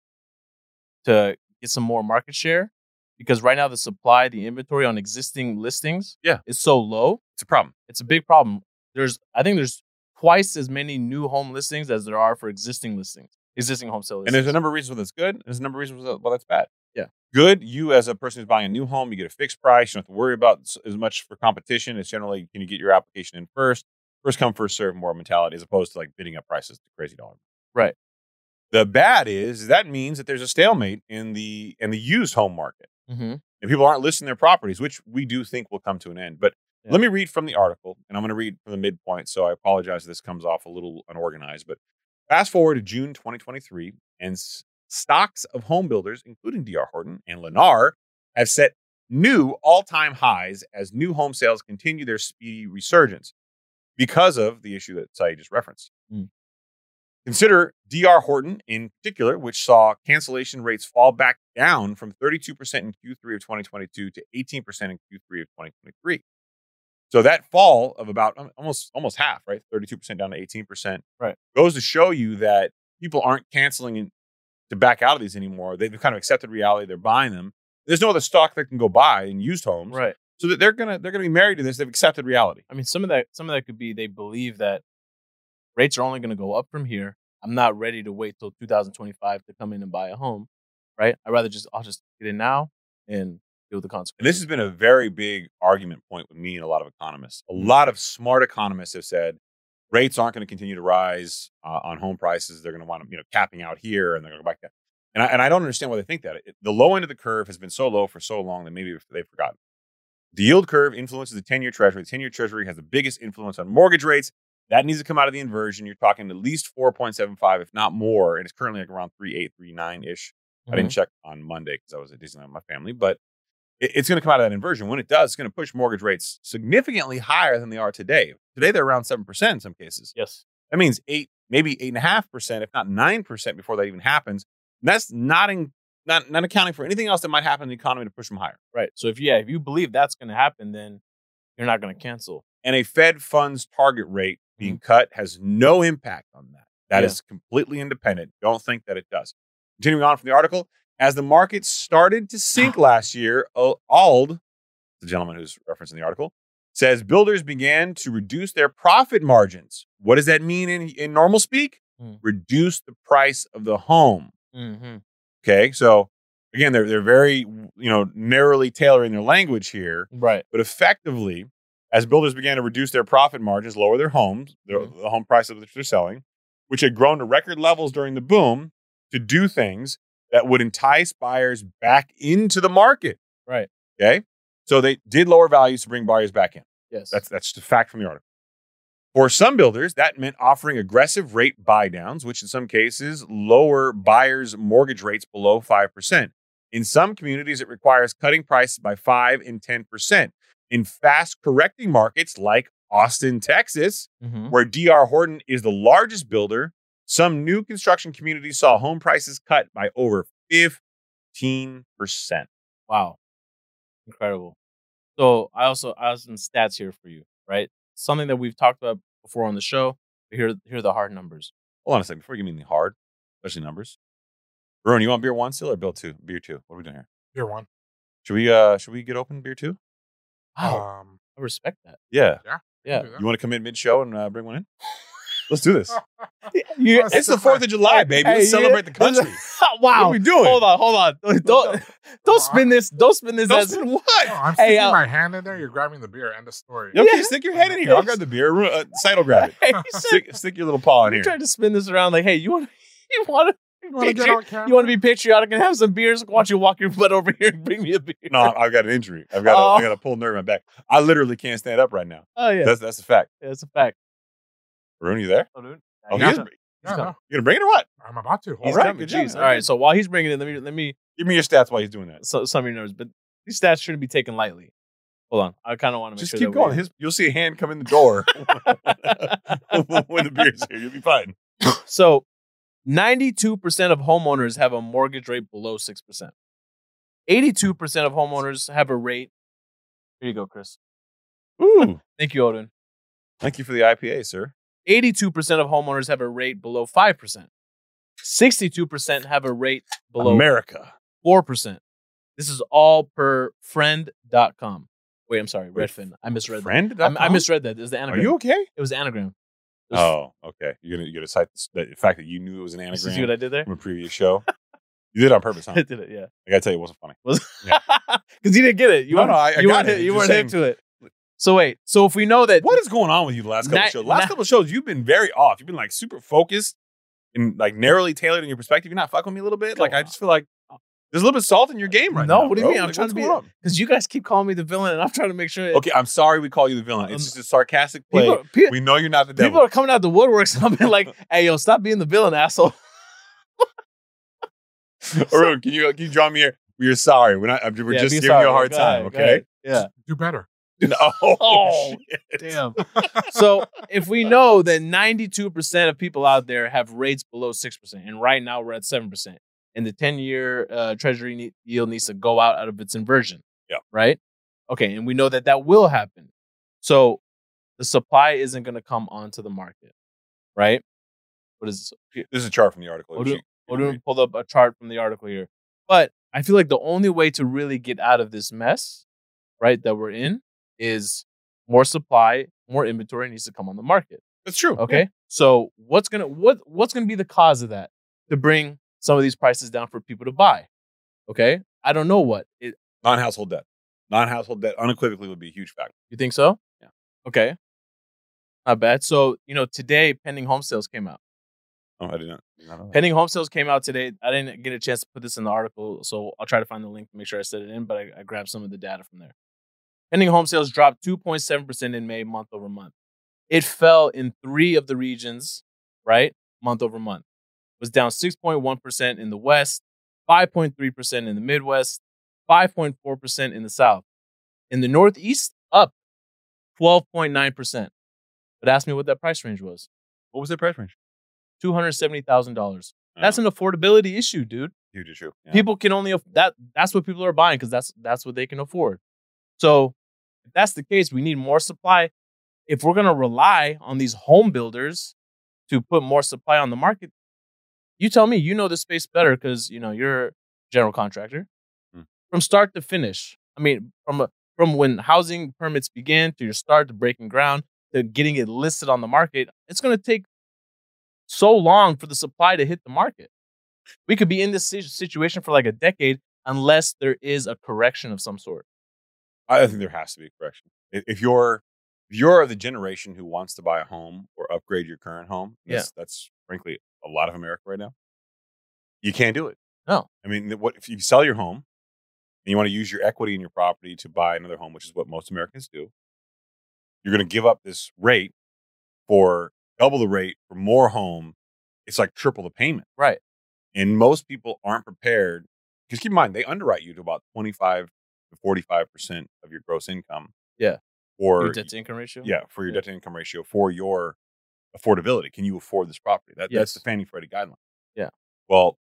[SPEAKER 2] to get some more market share because right now the supply, the inventory on existing listings,
[SPEAKER 1] Yeah.
[SPEAKER 2] is so low.
[SPEAKER 1] It's a problem.
[SPEAKER 2] It's a big problem. There's, I think there's twice as many new home listings as there are for existing listings, existing home sale
[SPEAKER 1] And
[SPEAKER 2] listings.
[SPEAKER 1] there's a number of reasons why that's good. and There's a number of reasons why that- why that's bad.
[SPEAKER 2] Yeah.
[SPEAKER 1] Good, you as a person who's buying a new home, you get a fixed price. You don't have to worry about s- as much for competition. It's generally can you get your application in first, first come, first serve more mentality, as opposed to like bidding up prices to crazy dollar.
[SPEAKER 2] Right.
[SPEAKER 1] The bad is that means that there's a stalemate in the in the used home market
[SPEAKER 2] Mhm.
[SPEAKER 1] and people aren't listing their properties, which we do think will come to an end. But
[SPEAKER 2] Yeah.
[SPEAKER 1] let me read from the article, and I'm going to read from the midpoint. So I apologize if this comes off a little unorganized. But fast forward to June 2023, and s- stocks of home builders, including DR Horton and Lennar, have set new all time highs as new home sales continue their speedy resurgence because of the issue that Saeed just referenced.
[SPEAKER 2] Mm.
[SPEAKER 1] Consider DR Horton in particular, which saw cancellation rates fall back down from 32% in Q3 of 2022 to 18% in Q3 of 2023. So that fall of about um, almost almost half, right? 32% down to 18%.
[SPEAKER 2] Right.
[SPEAKER 1] Goes to show you that people aren't canceling in- to back out of these anymore. They've kind of accepted reality. They're buying them. There's no other stock that can go buy in used homes.
[SPEAKER 2] Right.
[SPEAKER 1] So that they're gonna they're gonna be married to this. They've accepted reality.
[SPEAKER 2] I mean, some of that, some of that could be they believe that rates are only going to go up from here. I'm not ready to wait till 2025 to come in and buy a home, right? I'd rather just I'll just get in now and deal with
[SPEAKER 1] And
[SPEAKER 2] the
[SPEAKER 1] this
[SPEAKER 2] consequences.
[SPEAKER 1] has been a very big argument point with me and a lot of economists. A lot of smart economists have said rates aren't going to continue to rise uh, on home prices. They're going to want to, you know, capping out here and they're going to go back down. And I, and I don't understand why they think that. It- the low end of the curve has been so low for so long that maybe they've forgotten. The yield curve influences the 10 year treasury. The 10 year treasury has the biggest influence on mortgage rates. That needs to come out of the inversion. You're talking at least 4.75, if not more. And it's currently like around 3.8, 3.9 ish. I didn't check on Monday because I was at Disneyland with my family, but it- it's going to come out of that inversion. When it does, it's going to push mortgage rates significantly higher than they are today. Today, they're around 7% in some cases.
[SPEAKER 2] Yes.
[SPEAKER 1] That means eight, maybe 8.5%, if not 9% before that even happens. And that's not, in, not, not accounting for anything else that might happen in the economy to push them higher.
[SPEAKER 2] Right. So if yeah, if you believe that's going to happen, then you're not going to cancel.
[SPEAKER 1] And a Fed funds target rate being cut has no impact on that. That
[SPEAKER 2] Mm-hmm. Yeah.
[SPEAKER 1] is completely independent. Don't think that it does. Continuing on from the article, as the market started to sink last year, Al- Ald, the gentleman who's referenced in the article, says builders began to reduce their profit margins. What does that mean in, in normal speak?
[SPEAKER 2] Hmm.
[SPEAKER 1] Reduce the price of the home.
[SPEAKER 2] Mm-hmm.
[SPEAKER 1] Okay. So again, they're they're very, you know, narrowly tailoring their language here.
[SPEAKER 2] Right.
[SPEAKER 1] But effectively, as builders began to reduce their profit margins, lower their homes, their,
[SPEAKER 2] Mhm.
[SPEAKER 1] the home prices that they're selling, which had grown to record levels during the boom, to do things that would entice buyers back into the market.
[SPEAKER 2] Right.
[SPEAKER 1] Okay. So they did lower values to bring buyers back in.
[SPEAKER 2] Yes.
[SPEAKER 1] That's that's just a fact from the article. For some builders, that meant offering aggressive rate buy downs, which in some cases lower buyers' mortgage rates below 5%. In some communities, it requires cutting prices by 5 and 10%. In fast correcting markets like Austin, Texas,
[SPEAKER 2] Mhm.
[SPEAKER 1] where DR Horton is the largest builder, some new construction communities saw home prices cut by over 15%.
[SPEAKER 2] Wow. Incredible. So I also I have some stats here for you, right? Something that we've talked about before on the show. But here here are the hard numbers.
[SPEAKER 1] Hold on a second before you give me the hard, especially numbers. Rowan, you want beer one still or Bill two? Beer two. What are we doing here?
[SPEAKER 6] Year one.
[SPEAKER 1] Should we uh should we get open beer two?
[SPEAKER 2] Wow.
[SPEAKER 6] Um,
[SPEAKER 2] Oh. I respect that.
[SPEAKER 1] Yeah.
[SPEAKER 2] Yeah.
[SPEAKER 6] do that.
[SPEAKER 1] You want to come in mid show and uh, bring one in? Let's do
[SPEAKER 2] Oh,
[SPEAKER 1] this.
[SPEAKER 2] You-
[SPEAKER 6] That's
[SPEAKER 1] It's the
[SPEAKER 6] so
[SPEAKER 1] Fourth of July, baby.
[SPEAKER 2] Hey,
[SPEAKER 1] Let's celebrate the
[SPEAKER 2] yeah.
[SPEAKER 1] country. What are
[SPEAKER 2] wow.
[SPEAKER 1] we doing?
[SPEAKER 2] Hold on, hold on. Don't don't spin this. Don't spin this.
[SPEAKER 1] Don't
[SPEAKER 2] as,
[SPEAKER 1] spin
[SPEAKER 6] No,
[SPEAKER 1] what?
[SPEAKER 6] I'm
[SPEAKER 2] Hey,
[SPEAKER 6] sticking
[SPEAKER 2] uh,
[SPEAKER 6] my hand in there. You're grabbing the beer. End of story.
[SPEAKER 1] Okay,
[SPEAKER 2] Yeah.
[SPEAKER 1] stick your head in here. I'll grab the beer. Uh, Sight will grab it.
[SPEAKER 2] Hey, you said-
[SPEAKER 1] Stick, stick your little paw in
[SPEAKER 2] you
[SPEAKER 1] here.
[SPEAKER 2] tried to spin this around like, hey, you want you want
[SPEAKER 6] You
[SPEAKER 2] to
[SPEAKER 6] want to get on camera?
[SPEAKER 2] you want to be patriotic and have some beers? Why don't you walk your butt over here and bring me a beer?
[SPEAKER 1] No, I've got an injury. I've got a, I got a pulled nerve in my back. I literally can't stand up right now.
[SPEAKER 2] Oh yeah,
[SPEAKER 1] That's that's a fact.
[SPEAKER 2] Yeah, that's a fact.
[SPEAKER 1] Rooney, you there?
[SPEAKER 2] Oh, dude.
[SPEAKER 1] Oh,
[SPEAKER 2] He's
[SPEAKER 1] he is-
[SPEAKER 2] coming.
[SPEAKER 6] No,
[SPEAKER 2] He's
[SPEAKER 6] no,
[SPEAKER 2] coming.
[SPEAKER 1] You gonna bring it or what?
[SPEAKER 6] I'm about to.
[SPEAKER 1] He's
[SPEAKER 6] Hold
[SPEAKER 2] He's
[SPEAKER 6] on.
[SPEAKER 1] right,
[SPEAKER 2] coming.
[SPEAKER 1] good job.
[SPEAKER 2] Jeez. All right. So while he's bringing it, let me let me
[SPEAKER 1] Give me your stats while he's doing that.
[SPEAKER 2] so, some of your numbers, but these stats shouldn't be taken lightly. Hold on, I kind of want to make
[SPEAKER 1] Just
[SPEAKER 2] sure.
[SPEAKER 1] keep
[SPEAKER 2] that
[SPEAKER 1] going.
[SPEAKER 2] we-
[SPEAKER 1] His, you'll see a hand come in the door when the beer's here. You'll be fine.
[SPEAKER 2] So, ninety-two percent of homeowners have a mortgage rate below six percent. Eighty-two percent of homeowners have a rate. Here you go, Chris.
[SPEAKER 1] Ooh.
[SPEAKER 2] Thank you, Odin.
[SPEAKER 1] Thank you for the IPA, sir.
[SPEAKER 2] 82% of homeowners have a rate below 5%. 62% have a rate below
[SPEAKER 1] America.
[SPEAKER 2] 4%. This is all per friend.com. Wait, I'm sorry,
[SPEAKER 1] Wait,
[SPEAKER 2] Redfin. I misread that.
[SPEAKER 1] Friend.
[SPEAKER 2] I, I misread that. It was the
[SPEAKER 1] Are
[SPEAKER 2] anagram.
[SPEAKER 1] you okay?
[SPEAKER 2] It was the anagram. It was-
[SPEAKER 1] Oh, okay. You're gonna you're gonna cite this- the fact that you knew it was an
[SPEAKER 2] You see what
[SPEAKER 1] anagram
[SPEAKER 2] I did there?
[SPEAKER 1] from a previous show. You did it on purpose, huh?
[SPEAKER 2] I
[SPEAKER 1] I
[SPEAKER 2] did it, yeah.
[SPEAKER 1] gotta tell you, it wasn't funny.
[SPEAKER 2] Was
[SPEAKER 1] Yeah.
[SPEAKER 2] Because you didn't get it. You
[SPEAKER 1] No,
[SPEAKER 2] weren't,
[SPEAKER 1] no, I- I
[SPEAKER 2] you
[SPEAKER 1] got
[SPEAKER 2] weren't
[SPEAKER 1] it.
[SPEAKER 2] hip- You
[SPEAKER 1] Just
[SPEAKER 2] weren't hip
[SPEAKER 1] saying-
[SPEAKER 2] to it. So wait. So if we know that
[SPEAKER 1] What is going on with you the last couple
[SPEAKER 2] Ni-
[SPEAKER 1] of shows? Last
[SPEAKER 2] ni-
[SPEAKER 1] couple of shows, you've been very off. You've been like super focused and like narrowly tailored in your perspective. You're not fucking with me a little bit.
[SPEAKER 2] Come
[SPEAKER 1] Like I just feel like there's a little bit of salt in your game right
[SPEAKER 2] No,
[SPEAKER 1] now.
[SPEAKER 2] what do you
[SPEAKER 1] bro.
[SPEAKER 2] mean? I'm
[SPEAKER 1] Like,
[SPEAKER 2] trying
[SPEAKER 1] what's
[SPEAKER 2] to be-
[SPEAKER 1] going on?
[SPEAKER 2] because you guys keep calling me the villain, and I'm trying to make sure.
[SPEAKER 1] Okay, I'm sorry we call you the villain. It's
[SPEAKER 2] Um,
[SPEAKER 1] just a sarcastic play.
[SPEAKER 2] people, pe-
[SPEAKER 1] we know you're not the
[SPEAKER 2] people
[SPEAKER 1] devil.
[SPEAKER 2] are coming out the woodworks. and I'm being like, "Hey, yo, stop being the villain, asshole."
[SPEAKER 1] Arun, can you can you draw me here? We are sorry. We're not. I'm, we're
[SPEAKER 2] Yeah,
[SPEAKER 1] just
[SPEAKER 2] be
[SPEAKER 1] giving
[SPEAKER 2] sorry.
[SPEAKER 1] you a hard
[SPEAKER 2] Go
[SPEAKER 1] time.
[SPEAKER 2] ahead, go
[SPEAKER 1] Okay.
[SPEAKER 2] ahead.
[SPEAKER 6] Do better.
[SPEAKER 1] No.
[SPEAKER 2] Oh,
[SPEAKER 1] shit.
[SPEAKER 2] Yeah. Damn. so if we know that 92% of people out there have rates below 6%, and right now we're at 7%, and the 10 year uh, treasury ne- yield needs to go out, out of its inversion.
[SPEAKER 1] Yeah.
[SPEAKER 2] Right? Okay. And we know that that will happen. So the supply isn't going to come onto the market. Right? What is
[SPEAKER 1] This is a chart from the article.
[SPEAKER 2] Odin, Odin pulled up a chart from the article here. But I feel like the only way to really get out of this mess, right, that we're in is more supply, more inventory needs to come on the market.
[SPEAKER 1] That's true.
[SPEAKER 2] Okay. So what's gonna what what's gonna be the cause of that to bring some of these prices down for people to buy? Okay. I don't know what. It,
[SPEAKER 1] Non-household debt. Non-household debt unequivocally would be a huge factor.
[SPEAKER 2] you think so?
[SPEAKER 1] Yeah.
[SPEAKER 2] Okay. Not bad. So, you know, today pending home sales came out.
[SPEAKER 1] Oh, I did not. did not know that.
[SPEAKER 2] Pending home sales came out today. I didn't get a chance to put this in the article, so I'll try to find the link to make sure I said it in, but I, I grabbed some of the data from there. Pending home sales dropped 2.7% in May month over month. It fell in three of the regions, right? Month over month. It was down 6.1% in the West, 5.3% in the Midwest, 5.4% in the South. In the Northeast, up 12.9%. But ask me what that price range was
[SPEAKER 1] What was their price range?
[SPEAKER 2] $270,000.
[SPEAKER 1] I
[SPEAKER 2] That's
[SPEAKER 1] don't
[SPEAKER 2] an affordability issue, dude.
[SPEAKER 1] know. huge issue. Yeah.
[SPEAKER 2] People can only aff- that that's what people are buying because that's that's what they can afford. So if that's the case, we need more supply. If we're gonna rely on these home builders to put more supply on the market, you tell me you know the space better because you know you're a general contractor.
[SPEAKER 1] Hmm.
[SPEAKER 2] From start to finish. I mean, from a, from when housing permits begin to your start to breaking ground to getting it listed on the market, it's gonna take so long for the supply to hit the market we could be in this si- situation for like a decade unless there is a correction of some sort.
[SPEAKER 1] I think there has to be a correction. If, if you're if you're of the generation who wants to buy a home or upgrade your current home,
[SPEAKER 2] Yeah.
[SPEAKER 1] that's, that's frankly a lot of America right now. You can't do it.
[SPEAKER 2] No.
[SPEAKER 1] I mean, th- what if you sell your home and you want to use your equity in your property to buy another home, which is what most Americans do? You're going to give up this rate for double the rate for more home. It's like triple the payment,
[SPEAKER 2] Right.
[SPEAKER 1] and most people aren't prepared because keep in mind they underwrite you to about twenty five to forty five percent of your gross income.
[SPEAKER 2] Yeah.
[SPEAKER 1] or
[SPEAKER 2] Your debt to income ratio?
[SPEAKER 1] yeah, for your
[SPEAKER 2] Yeah.
[SPEAKER 1] debt to income ratio, for your affordability. Can you afford this property? That, That's
[SPEAKER 2] Yes.
[SPEAKER 1] the Fannie Freddie guideline.
[SPEAKER 2] Yeah.
[SPEAKER 1] Well,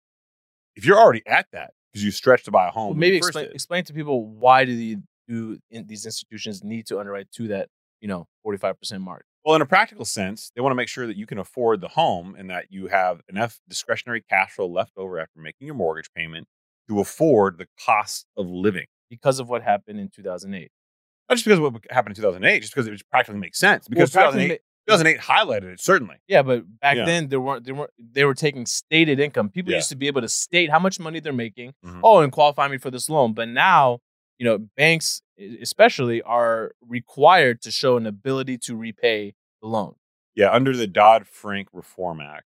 [SPEAKER 1] if you're already at that because you stretched to buy a home,
[SPEAKER 2] Well,
[SPEAKER 1] when
[SPEAKER 2] maybe
[SPEAKER 1] you first
[SPEAKER 2] explain,
[SPEAKER 1] did,
[SPEAKER 2] explain to people why do, the, do in, these institutions need to underwrite to that, you know, 45% mark?
[SPEAKER 1] Well, in a practical sense, they want to make sure that you can afford the home and that you have enough discretionary cash flow left over after making your mortgage payment to afford the cost of living.
[SPEAKER 2] Because of what happened in 2008.
[SPEAKER 1] Not just because of what happened in 2008, just because it just practically makes sense. Because
[SPEAKER 2] Well, practically
[SPEAKER 1] 2008, 2008 highlighted it certainly.
[SPEAKER 2] Yeah, but back
[SPEAKER 1] Yeah.
[SPEAKER 2] then there weren't there weren't they were taking stated income. People
[SPEAKER 1] Yeah.
[SPEAKER 2] used to be able to state how much money they're making.
[SPEAKER 1] Mhm.
[SPEAKER 2] Oh, and qualify me for this loan. But now, you know, banks e- especially are required to show an ability to repay the loan.
[SPEAKER 1] Yeah, under the Dodd Frank Reform Act,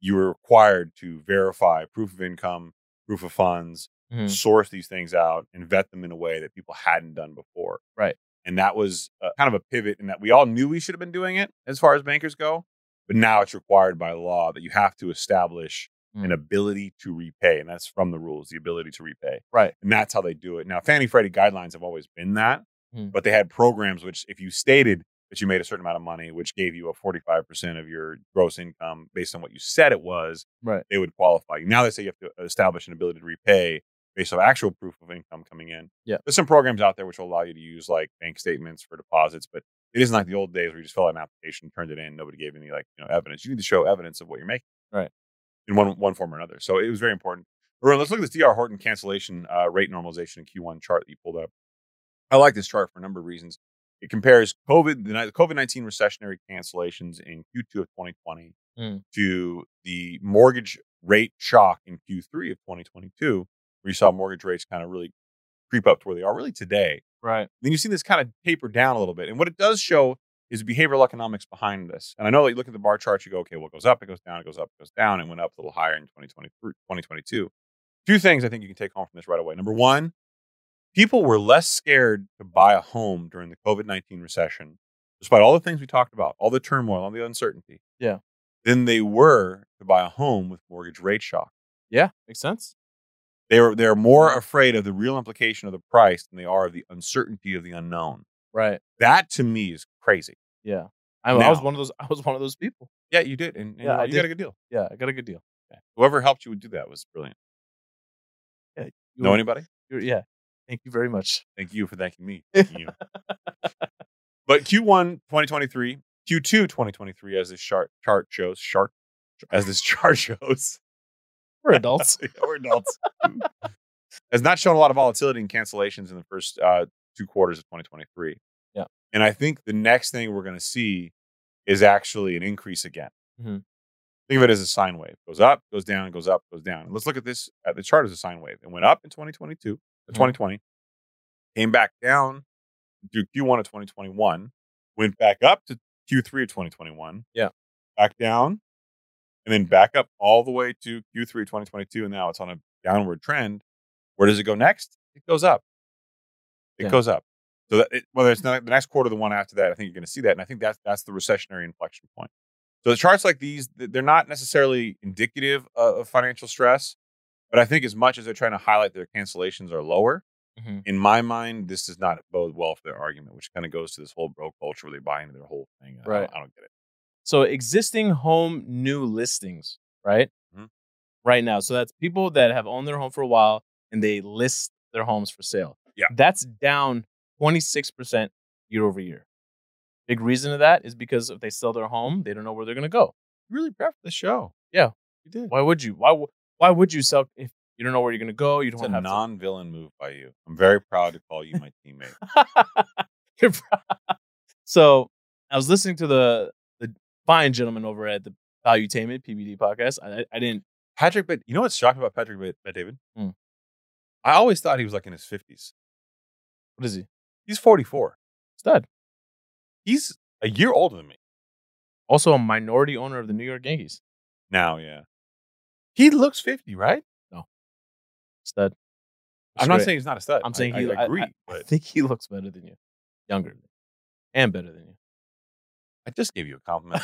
[SPEAKER 1] you were required to verify proof of income, proof of funds,
[SPEAKER 2] Mhm.
[SPEAKER 1] source these things out, and vet them in a way that people hadn't done before.
[SPEAKER 2] Right.
[SPEAKER 1] And that was uh, kind of a pivot in that we all knew we should have been doing it as far as bankers go, but now it's required by law that you have to establish an
[SPEAKER 2] Mm.
[SPEAKER 1] ability to repay. And that's from the rules, the ability to repay.
[SPEAKER 2] Right.
[SPEAKER 1] And that's how they do it. Now, Fannie Freddie guidelines have always been that,
[SPEAKER 2] Mm.
[SPEAKER 1] but they had programs which, if you stated that you made a certain amount of money, which gave you a 45% of your gross income based on what you said it was,
[SPEAKER 2] Right.
[SPEAKER 1] they would qualify you. Now they say you have to establish an ability to repay based on actual proof of income coming in.
[SPEAKER 2] Yeah.
[SPEAKER 1] There's some programs out there which will allow you to use like bank statements for deposits, but it isn't like the old days where you just fill out an application, turned it in, nobody gave any like, you know, evidence. You need to show evidence of what you're making.
[SPEAKER 2] Right.
[SPEAKER 1] In one one form or another. So it was very important. Rowan, let's look at this DR Horton cancellation uh, rate normalization in Q1 chart that you pulled up. I like this chart for a number of reasons. It compares COVID the COVID nineteen recessionary cancellations in Q2 of 2020
[SPEAKER 2] Mm.
[SPEAKER 1] to the mortgage rate shock in Q3 of 2022, where you saw mortgage rates kind of really creep up to where they are really today.
[SPEAKER 2] Right.
[SPEAKER 1] Then you've seen this kind of taper down a little bit, and what it does show is behavioral economics behind this. And I know that you look at the bar chart, you go, okay, well, it goes up, it goes down, it goes up, it goes down, and went up a little higher in 2020, 2022. Two things I think you can take home from this right away. Number one, people were less scared to buy a home during the COVID 19 recession, despite all the things we talked about, all the turmoil, all the uncertainty.
[SPEAKER 2] Yeah.
[SPEAKER 1] Than they were to buy a home with mortgage rate shock.
[SPEAKER 2] Yeah. Makes sense.
[SPEAKER 1] They were they're more afraid of the real implication of the price than they are of the uncertainty of the unknown.
[SPEAKER 2] Right.
[SPEAKER 1] That to me is crazy.
[SPEAKER 2] Yeah. I, I was
[SPEAKER 1] Now.
[SPEAKER 2] one of those. I was one of those people.
[SPEAKER 1] Yeah, you did, and, and
[SPEAKER 2] Yeah, I
[SPEAKER 1] you got
[SPEAKER 2] did.
[SPEAKER 1] a good deal.
[SPEAKER 2] Yeah. I got a good deal.
[SPEAKER 1] Whoever helped you would do that was brilliant.
[SPEAKER 2] You-
[SPEAKER 1] know anybody?
[SPEAKER 2] you- Yeah. Thank you very much.
[SPEAKER 1] Thank you for thanking me. Thanking you. but Q1 2023, Q2 2023, as this chart chart shows, chart as this chart shows,
[SPEAKER 2] We're adults.
[SPEAKER 1] Yeah, we're adults, has not shown a lot of volatility and cancellations in the first uh, two quarters of 2023.
[SPEAKER 2] Yeah.
[SPEAKER 1] and I think the next thing we're going to see is actually an increase again.
[SPEAKER 2] Mhm.
[SPEAKER 1] Think of it as a sine wave: goes up, goes down, goes up, goes down. And let's look at this at the chart as a sine wave. It went up in 2022, uh,
[SPEAKER 2] Mhm.
[SPEAKER 1] 2020, came back down through Q1 of 2021, went back up to Q3 of 2021.
[SPEAKER 2] Yeah.
[SPEAKER 1] back down, and then back up all the way to Q3 of 2022, and now it's on a downward trend. Where does it go next? It goes up. It
[SPEAKER 2] Yeah.
[SPEAKER 1] goes up. So that it, whether it's not the next quarter, or the one after that, I think you're going to see that, and I think that's that's the recessionary inflection point. So the charts like these, th- they're not necessarily indicative of, of financial stress, but I think as much as they're trying to highlight their cancellations are lower,
[SPEAKER 2] Mhm.
[SPEAKER 1] in my mind, this does not bode well for their argument, which kind of goes to this whole bro culture where they buy into their whole thing. I don't-
[SPEAKER 2] Right.
[SPEAKER 1] I don't get it.
[SPEAKER 2] So existing home new listings, right?
[SPEAKER 1] Mhm.
[SPEAKER 2] Right now. So that's people that have owned their home for a while and they list their homes for sale.
[SPEAKER 1] Yeah.
[SPEAKER 2] That's down 26% year over year. Big reason of that is because if they sell their home, they don't know where they're going to go.
[SPEAKER 1] You really prepped the show.
[SPEAKER 2] Yeah.
[SPEAKER 1] You did.
[SPEAKER 2] Why would you? Why w- why would you sell if you don't know where you're going to go? You
[SPEAKER 1] It's
[SPEAKER 2] don't
[SPEAKER 1] a
[SPEAKER 2] have to-
[SPEAKER 1] non villain move by you. I'm very proud to call you my teammate.
[SPEAKER 2] You're pro- so I was listening to the the fine gentleman over at the Valuetainment PBD podcast. I, I- I didn't.
[SPEAKER 1] Patrick, but you know what's shocking about Patrick, but, but David?
[SPEAKER 2] Hmm.
[SPEAKER 1] I always thought he was like in his 50s.
[SPEAKER 2] What is he?
[SPEAKER 1] He's 44.
[SPEAKER 2] Stud.
[SPEAKER 1] He's a year older than me
[SPEAKER 2] Also a minority owner of the New York Yankees.
[SPEAKER 1] now. Yeah. He looks 50, right?
[SPEAKER 2] Stud.
[SPEAKER 1] I'm not saying he's not a stud.
[SPEAKER 2] I'm saying
[SPEAKER 1] I,
[SPEAKER 2] he.
[SPEAKER 1] I agree,
[SPEAKER 2] I,
[SPEAKER 1] but
[SPEAKER 2] think he looks better than you, younger, than you. and better than you.
[SPEAKER 1] I just gave you a compliment.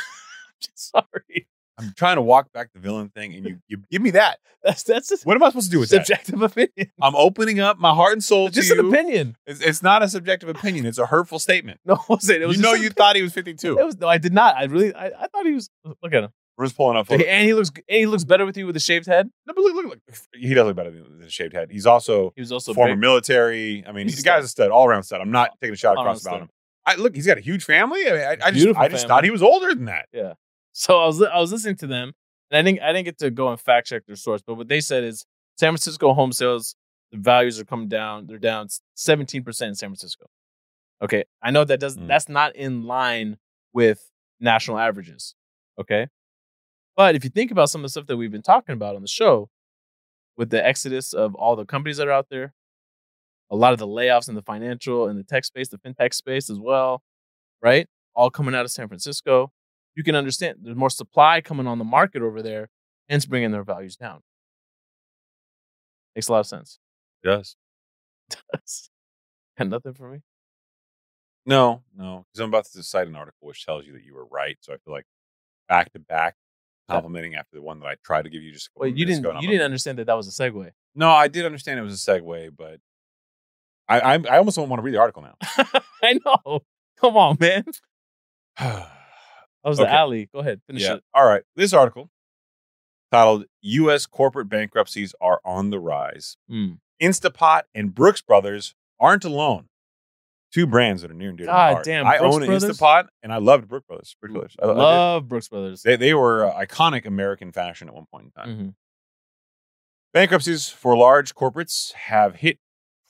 [SPEAKER 2] Sorry.
[SPEAKER 1] I'm trying to walk back the villain thing, and you, you give me that.
[SPEAKER 2] That's that's a
[SPEAKER 1] What am I supposed to do with that?
[SPEAKER 2] subjective opinion.
[SPEAKER 1] I'm opening up my heart and soul
[SPEAKER 2] Just
[SPEAKER 1] to
[SPEAKER 2] an
[SPEAKER 1] you.
[SPEAKER 2] opinion.
[SPEAKER 1] It's, it's not a subjective opinion. It's a hurtful statement.
[SPEAKER 2] No, it wasn't. It was
[SPEAKER 1] you know,
[SPEAKER 2] just
[SPEAKER 1] you
[SPEAKER 2] an-
[SPEAKER 1] thought he was
[SPEAKER 2] It
[SPEAKER 1] 52.
[SPEAKER 2] was no, I did not. I really, I, I thought he was. Look at him,
[SPEAKER 1] We're just pulling up.
[SPEAKER 2] and
[SPEAKER 1] photos.
[SPEAKER 2] he looks, and he looks better with you with a shaved head.
[SPEAKER 1] No, but look, look, look. He does look better than the shaved head. He's also
[SPEAKER 2] He was also
[SPEAKER 1] former
[SPEAKER 2] big.
[SPEAKER 1] military. I mean,
[SPEAKER 2] He's
[SPEAKER 1] he's the guy's a stud, all around stud. I'm not taking a shot
[SPEAKER 2] All-around
[SPEAKER 1] across about
[SPEAKER 2] stud.
[SPEAKER 1] him. I, look, he's got a huge family. I, mean, I, I just,
[SPEAKER 2] Beautiful
[SPEAKER 1] I just
[SPEAKER 2] family.
[SPEAKER 1] thought he was older than that.
[SPEAKER 2] So I was li- I was listening to them, and I didn't I didn't get to go and fact check their source, but what they said is San Francisco home sales the values are coming down. They're down seventeen percent in San Francisco. Okay, I know that doesn't
[SPEAKER 1] Mm.
[SPEAKER 2] that's not in line with national averages. Okay. But if you think about some of the stuff that we've been talking about on the show, with the exodus of all the companies that are out there, a lot of the layoffs in the financial and the tech space, the fintech space as well, right? All coming out of San Francisco. You can understand there's more supply coming on the market over there, hence bringing their values down. Makes a lot of sense.
[SPEAKER 1] Yes.
[SPEAKER 2] and nothing for me.
[SPEAKER 1] No, no, because I'm about to cite an article which tells you that you were right. So I feel like back to back complimenting after the one that I tried to give you just. a couple
[SPEAKER 2] Well, you
[SPEAKER 1] minutes
[SPEAKER 2] didn't.
[SPEAKER 1] ago, and
[SPEAKER 2] You
[SPEAKER 1] I'm-
[SPEAKER 2] didn't understand that that was a segue.
[SPEAKER 1] No, I did understand it was a segue, but I I, I almost don't want to read the article now.
[SPEAKER 2] I know. Come on, man. That was the
[SPEAKER 1] Okay.
[SPEAKER 2] alley. Go ahead. Finish it.
[SPEAKER 1] All right. This article titled U.S. Corporate Bankruptcies Are on the Rise.
[SPEAKER 2] Mm.
[SPEAKER 1] Instapot and Brooks Brothers aren't alone. Two brands that are near and dear to my
[SPEAKER 2] God
[SPEAKER 1] heart.
[SPEAKER 2] damn,
[SPEAKER 1] I
[SPEAKER 2] Brooks
[SPEAKER 1] own an
[SPEAKER 2] Brothers?
[SPEAKER 1] Instapot, and I loved Brooks Brothers. Brooks Brothers. I- I did.
[SPEAKER 2] Love Brooks Brothers.
[SPEAKER 1] they, they were uh, iconic American fashion at one point in time.
[SPEAKER 2] Mhm.
[SPEAKER 1] Bankruptcies for large corporates have hit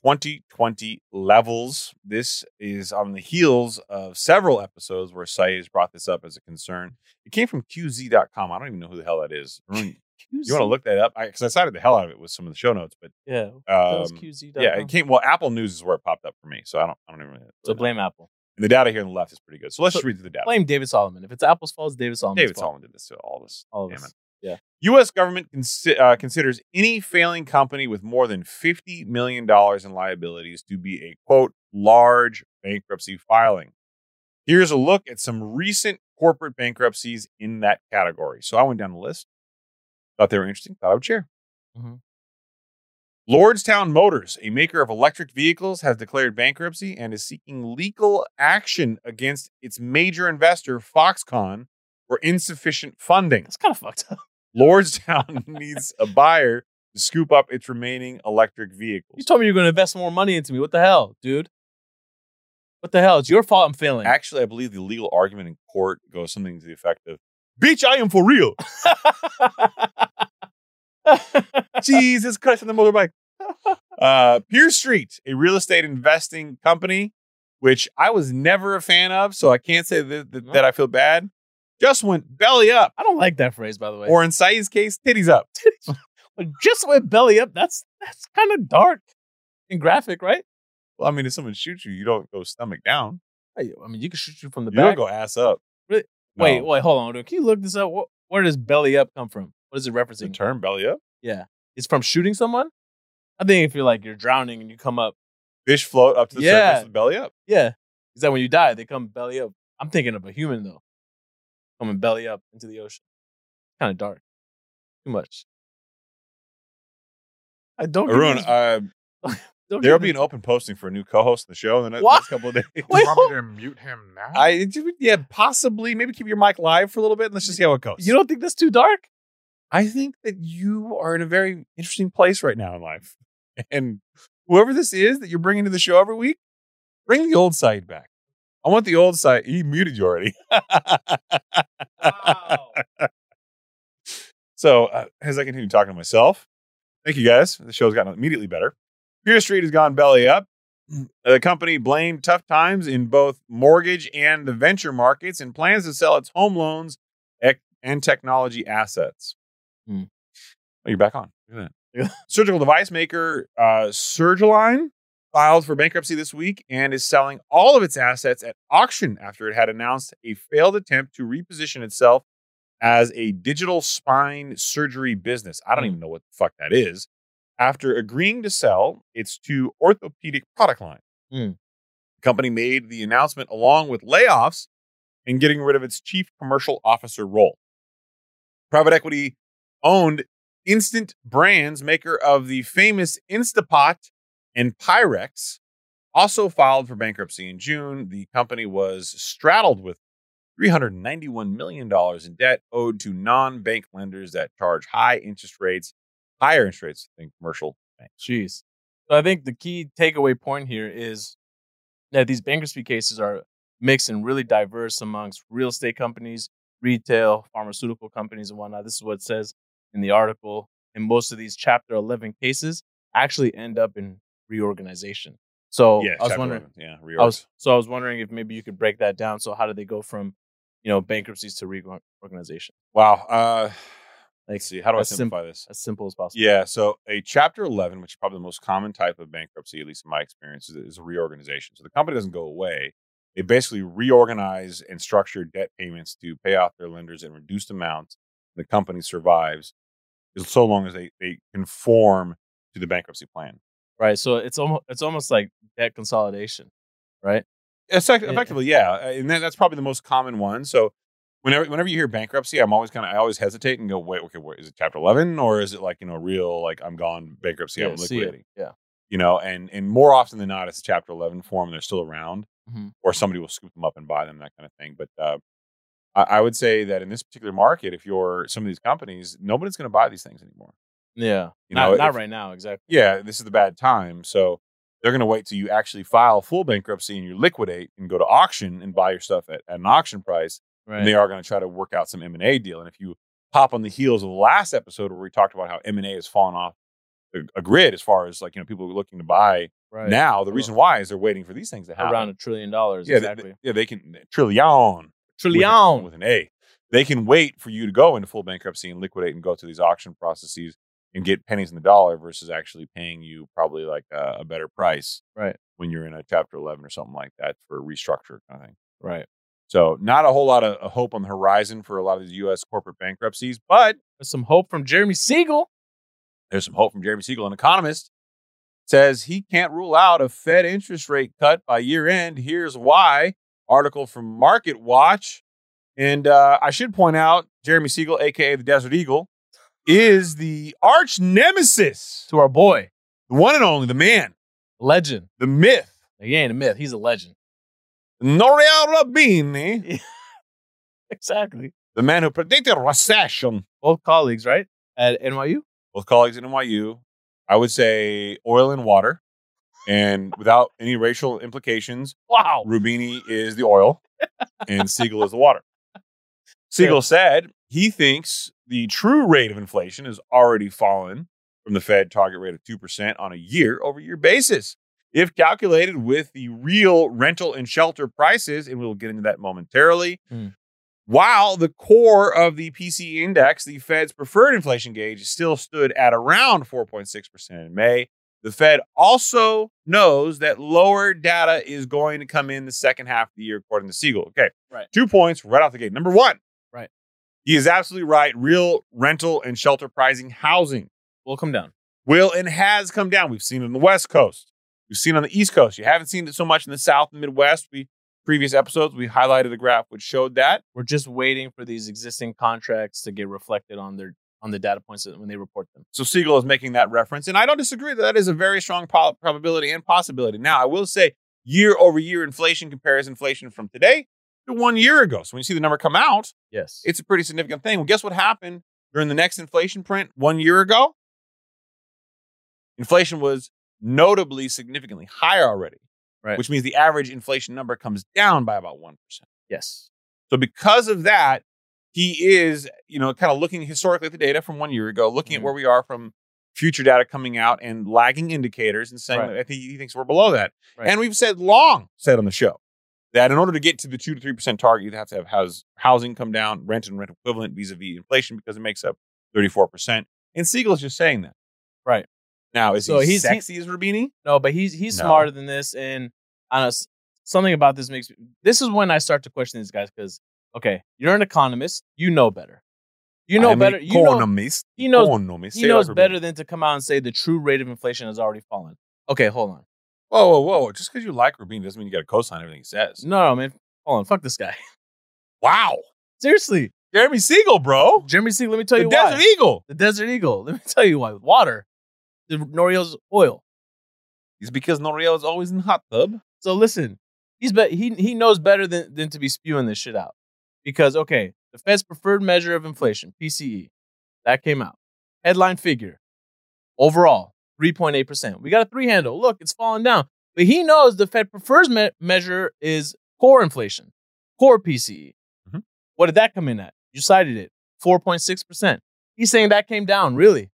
[SPEAKER 1] 2020 levels. This is on the heels of several episodes where Saeed has brought this up as a concern. It came from QZ.com. I don't even know who the hell that is. Arun, You want to look that up? Because I, cited the hell out of it with some of the show notes, but
[SPEAKER 2] Yeah. that was
[SPEAKER 1] um,
[SPEAKER 2] QZ.
[SPEAKER 1] yeah, it came. Well, Apple News is where it popped up for me, so I don't, I don't even. Really
[SPEAKER 2] So
[SPEAKER 1] know.
[SPEAKER 2] blame Apple.
[SPEAKER 1] And the data here on the left is pretty good. So let's
[SPEAKER 2] So
[SPEAKER 1] just read through the data.
[SPEAKER 2] Blame David Solomon. If it's Apple's fault, it's David Solomon's
[SPEAKER 1] David
[SPEAKER 2] fault.
[SPEAKER 1] Solomon did this to all of us.
[SPEAKER 2] All of
[SPEAKER 1] Damn
[SPEAKER 2] us.
[SPEAKER 1] it.
[SPEAKER 2] Yeah.
[SPEAKER 1] U.S. government consi- uh, considers any failing company with more than $50 million in liabilities to be a, quote, large bankruptcy filing. Here's a look at some recent corporate bankruptcies in that category. So I went down the list, thought they were interesting, thought I would share.
[SPEAKER 2] Mhm.
[SPEAKER 1] Lordstown Motors, a maker of electric vehicles, has declared bankruptcy and is seeking legal action against its major investor, Foxconn, for insufficient funding.
[SPEAKER 2] That's kind of fucked up.
[SPEAKER 1] Lordstown needs a buyer to scoop up its remaining electric vehicles.
[SPEAKER 2] You told me you were going to invest more money into me. What the hell, dude? What the hell? It's your fault I'm failing.
[SPEAKER 1] Actually, I believe the legal argument in court goes something to the effect of, "Bitch, I am for real." Jesus Christ on the motorbike. Uh, Pier Street, a real estate investing company, which I was never a fan of, so I can't say that, that, that I feel bad. Just went belly up,
[SPEAKER 2] I don't like that phrase, by the way.
[SPEAKER 1] or in Saeed's case, titties up.
[SPEAKER 2] But just went belly up. That's that's kind of dark and graphic, right?
[SPEAKER 1] Well, I mean, if someone shoots you, you don't go stomach down.
[SPEAKER 2] I I mean, you can shoot you from the
[SPEAKER 1] You
[SPEAKER 2] back.
[SPEAKER 1] don't go ass up.
[SPEAKER 2] Really?
[SPEAKER 1] No.
[SPEAKER 2] Wait, wait, hold on. dude. Can you look this up? Wh- Where does belly up come from? What is it
[SPEAKER 1] the
[SPEAKER 2] referencing?
[SPEAKER 1] term belly up?
[SPEAKER 2] It's from shooting someone. I think if you're like you're drowning and you come up,
[SPEAKER 1] Fish float up to the
[SPEAKER 2] Yeah.
[SPEAKER 1] surface with belly up.
[SPEAKER 2] yeah. Is that when you die they come belly up? I'm thinking of a human though, coming belly up into the ocean. Kind of dark. Too much. I don't. get
[SPEAKER 1] Arun,
[SPEAKER 2] this-
[SPEAKER 1] uh,
[SPEAKER 2] don't get
[SPEAKER 1] there'll be
[SPEAKER 2] this-
[SPEAKER 1] an open posting for a new co-host in the show in the ne-
[SPEAKER 2] What?
[SPEAKER 1] next couple of days.
[SPEAKER 6] You
[SPEAKER 2] Wait,
[SPEAKER 6] want me to mute him now?
[SPEAKER 1] I yeah, possibly maybe keep your mic live for a little bit and let's just see how it goes.
[SPEAKER 2] You don't think that's too dark?
[SPEAKER 1] I think that you are in a very interesting place right now in life. And whoever this is that you're bringing to the show every week, bring the old side back. I want the old side. He muted you already.
[SPEAKER 2] Wow.
[SPEAKER 1] so uh, as I continue talking to myself, thank you guys. The show's gotten immediately better. Pier Street has gone belly up. The company blamed tough times in both mortgage and the venture markets and plans to sell its home loans ec- and technology assets.
[SPEAKER 2] Hmm.
[SPEAKER 1] Oh, you're back on. Look at that. Surgical device maker uh, Surgalign filed for bankruptcy this week and is selling all of its assets at auction after it had announced a failed attempt to reposition itself as a digital spine surgery business. I don't
[SPEAKER 2] Hmm.
[SPEAKER 1] even know what the fuck that is. After agreeing to sell its two orthopedic product lines,
[SPEAKER 2] Hmm.
[SPEAKER 1] the company made the announcement along with layoffs and getting rid of its chief commercial officer role. Private equity owned Instant Brands, maker of the famous Instapot and Pyrex, also filed for bankruptcy in June. The company was straddled with $391 million in debt owed to non bank lenders that charge high interest rates, higher interest rates than commercial banks.
[SPEAKER 2] Jeez. So I think the key takeaway point here is that these bankruptcy cases are mixed and really diverse amongst real estate companies, retail, pharmaceutical companies, and whatnot. This is what it says in the article. And most of these Chapter 11 cases actually end up in reorganization. So I was
[SPEAKER 1] Chapter
[SPEAKER 2] wondering,
[SPEAKER 1] 11, Yeah,
[SPEAKER 2] I was,
[SPEAKER 1] reorgs.
[SPEAKER 2] so I was wondering if maybe you could break that down. So how did they go from you know, bankruptcies to reorganization.
[SPEAKER 1] Wow. Uh,
[SPEAKER 2] Like,
[SPEAKER 1] let's see. How do I
[SPEAKER 2] as sim-
[SPEAKER 1] simplify this?
[SPEAKER 2] As simple as possible.
[SPEAKER 1] Yeah. So a Chapter 11, which is probably the most common type of bankruptcy, at least in my experience, is, is a reorganization. So the company doesn't go away. They basically reorganize and structure debt payments to pay off their lenders in reduced amounts. The company survives as- so long as they, they conform to the bankruptcy plan.
[SPEAKER 2] Right. So it's almost it's almost like debt consolidation, right?
[SPEAKER 1] Effect-
[SPEAKER 2] Yeah.
[SPEAKER 1] effectively, yeah. uh, And that, that's probably the most common one. So whenever whenever you hear bankruptcy, I'm always kind of I always hesitate and go, wait, okay, what, is it Chapter 11 or is it like you know real like I'm gone bankruptcy? I'm
[SPEAKER 2] see it.
[SPEAKER 1] liquidating.
[SPEAKER 2] Yeah.
[SPEAKER 1] you know, and and more often than not, it's a Chapter 11 form. They're still around,
[SPEAKER 2] Mhm.
[SPEAKER 1] or somebody will scoop them up and buy them, that kind of thing. But uh, I, I would say that in this particular market, if you're some of these companies, nobody's going to buy these things anymore.
[SPEAKER 2] Yeah.
[SPEAKER 1] You
[SPEAKER 2] not
[SPEAKER 1] know,
[SPEAKER 2] not
[SPEAKER 1] if-
[SPEAKER 2] right now, exactly.
[SPEAKER 1] Yeah, this is the bad time, so they're going to wait till you actually file full bankruptcy and you liquidate and go to auction and buy your stuff at, at an auction price.
[SPEAKER 2] Right.
[SPEAKER 1] And they are going to try to work out some M and A deal. And if you hop on the heels of the last episode where we talked about how M and A has fallen off a, a grid as far as like you know people looking to buy
[SPEAKER 2] right.
[SPEAKER 1] now, the
[SPEAKER 2] Well,
[SPEAKER 1] reason why is they're waiting for these things to happen.
[SPEAKER 2] around a trillion dollars.
[SPEAKER 1] yeah, they-
[SPEAKER 2] exactly.
[SPEAKER 1] They, yeah, they can trillion with a-
[SPEAKER 2] trillion.
[SPEAKER 1] with, an A. They can wait for you to go into full bankruptcy and liquidate and go through these auction processes and get pennies in the dollar versus actually paying you probably like a, a better price,
[SPEAKER 2] Right.
[SPEAKER 1] When you're in a Chapter 11 or something like that for restructure kind of thing.
[SPEAKER 2] right.
[SPEAKER 1] So not a whole lot of of hope on the horizon for a lot of these U.S. corporate bankruptcies, but
[SPEAKER 2] There's some hope from Jeremy Siegel.
[SPEAKER 1] there's some hope from Jeremy Siegel, an economist, says he can't rule out a Fed interest rate cut by year end. Here's why. Article from Market Watch. And uh, I should point out Jeremy Siegel, aka the Desert Eagle, is the arch nemesis,
[SPEAKER 2] To our boy,
[SPEAKER 1] the one and only, the man,
[SPEAKER 2] legend.
[SPEAKER 1] the myth,
[SPEAKER 2] He ain't a myth. He's a legend.
[SPEAKER 1] Nouriel Rabini,
[SPEAKER 2] Exactly.
[SPEAKER 1] the man who predicted recession.
[SPEAKER 2] Both colleagues, right? At NYU.
[SPEAKER 1] Both colleagues at NYU, I would say oil and water, and without any racial implications.
[SPEAKER 2] Wow.
[SPEAKER 1] Rubini is the oil and Siegel is the water. Siegel said he thinks the true rate of inflation has already fallen from the Fed target rate of 2% on a year over year basis. If calculated with the real rental and shelter prices, and we'll get into that momentarily,
[SPEAKER 2] Hmm.
[SPEAKER 1] while the core of the PCE index, the Fed's preferred inflation gauge, still stood at around 4.6% in May, the Fed also knows that lower data is going to come in the second half of the year, according to Siegel. Okay.
[SPEAKER 2] Right.
[SPEAKER 1] Two points right off the gate. Number one.
[SPEAKER 2] Right.
[SPEAKER 1] He is absolutely right. Real rental and shelter pricing housing
[SPEAKER 2] We'll come down.
[SPEAKER 1] will and has come down. We've seen it on the West Coast. We've seen it on the East Coast. You haven't seen it so much in the South and Midwest. We previous episodes we highlighted a graph which showed that.
[SPEAKER 2] We're just waiting for these existing contracts to get reflected on their on the data points that- when they report them.
[SPEAKER 1] So Siegel is making that reference, and I don't disagree that that is a very strong po- probability and possibility. Now, I will say year over year inflation compares inflation from today to one year ago. So when you see the number come out,
[SPEAKER 2] Yes.
[SPEAKER 1] it's a pretty significant thing. Well, guess what happened during the next inflation print one year ago? Inflation was notably significantly higher already,
[SPEAKER 2] Right.
[SPEAKER 1] which means the average inflation number comes down by about 1%.
[SPEAKER 2] yes.
[SPEAKER 1] So because of that, he is, you know, kind of looking historically at the data from one year ago, looking
[SPEAKER 2] Mhm.
[SPEAKER 1] at where we are from future data coming out and lagging indicators and saying
[SPEAKER 2] Right.
[SPEAKER 1] that I think he thinks we're below that.
[SPEAKER 2] Right.
[SPEAKER 1] And we've said long said on the show that in order to get to the two to three percent target, you have to have house, housing come down, rent and rent equivalent vis-a-vis inflation because it makes up 34%. And Siegel's just saying that.
[SPEAKER 2] Right.
[SPEAKER 1] Now, is
[SPEAKER 2] So
[SPEAKER 1] he
[SPEAKER 2] he's- he-
[SPEAKER 1] sexy as Rubini?
[SPEAKER 2] No, but he's he's
[SPEAKER 1] No.
[SPEAKER 2] smarter than this, and honest, something about this makes me. This is when I start to question these guys because okay, you're an economist, you know better, you know
[SPEAKER 1] I'm an
[SPEAKER 2] better, you know,
[SPEAKER 1] economist.
[SPEAKER 2] he knows-
[SPEAKER 1] Economist.
[SPEAKER 2] he
[SPEAKER 1] Say
[SPEAKER 2] knows
[SPEAKER 1] like Rubini.
[SPEAKER 2] better than to come out and say the true rate of inflation has already fallen. Okay, hold on.
[SPEAKER 1] Whoa, whoa, whoa. Just because you like Rubini doesn't mean you got to co-sign everything he says.
[SPEAKER 2] No, no, man, hold on. Fuck this guy.
[SPEAKER 1] Wow.
[SPEAKER 2] Seriously,
[SPEAKER 1] Jeremy Siegel, bro.
[SPEAKER 2] Jeremy C. Let me tell
[SPEAKER 1] The
[SPEAKER 2] you why.
[SPEAKER 1] Desert Eagle.
[SPEAKER 2] the Desert Eagle. Let me tell you why. Water, the Noriel's oil.
[SPEAKER 1] It's because Noriel is always in the hot tub.
[SPEAKER 2] So listen, he's be- he he knows better than than to be spewing this shit out. Because okay, the Fed's preferred measure of inflation, PCE, that came out. Headline figure overall 3.8%. We got a three handle. Look, it's falling down. But he knows the Fed prefers me- measure is core inflation, core PCE.
[SPEAKER 1] Mhm.
[SPEAKER 2] What did that come in at? You cited it, 4.6%. He's saying that came down, really.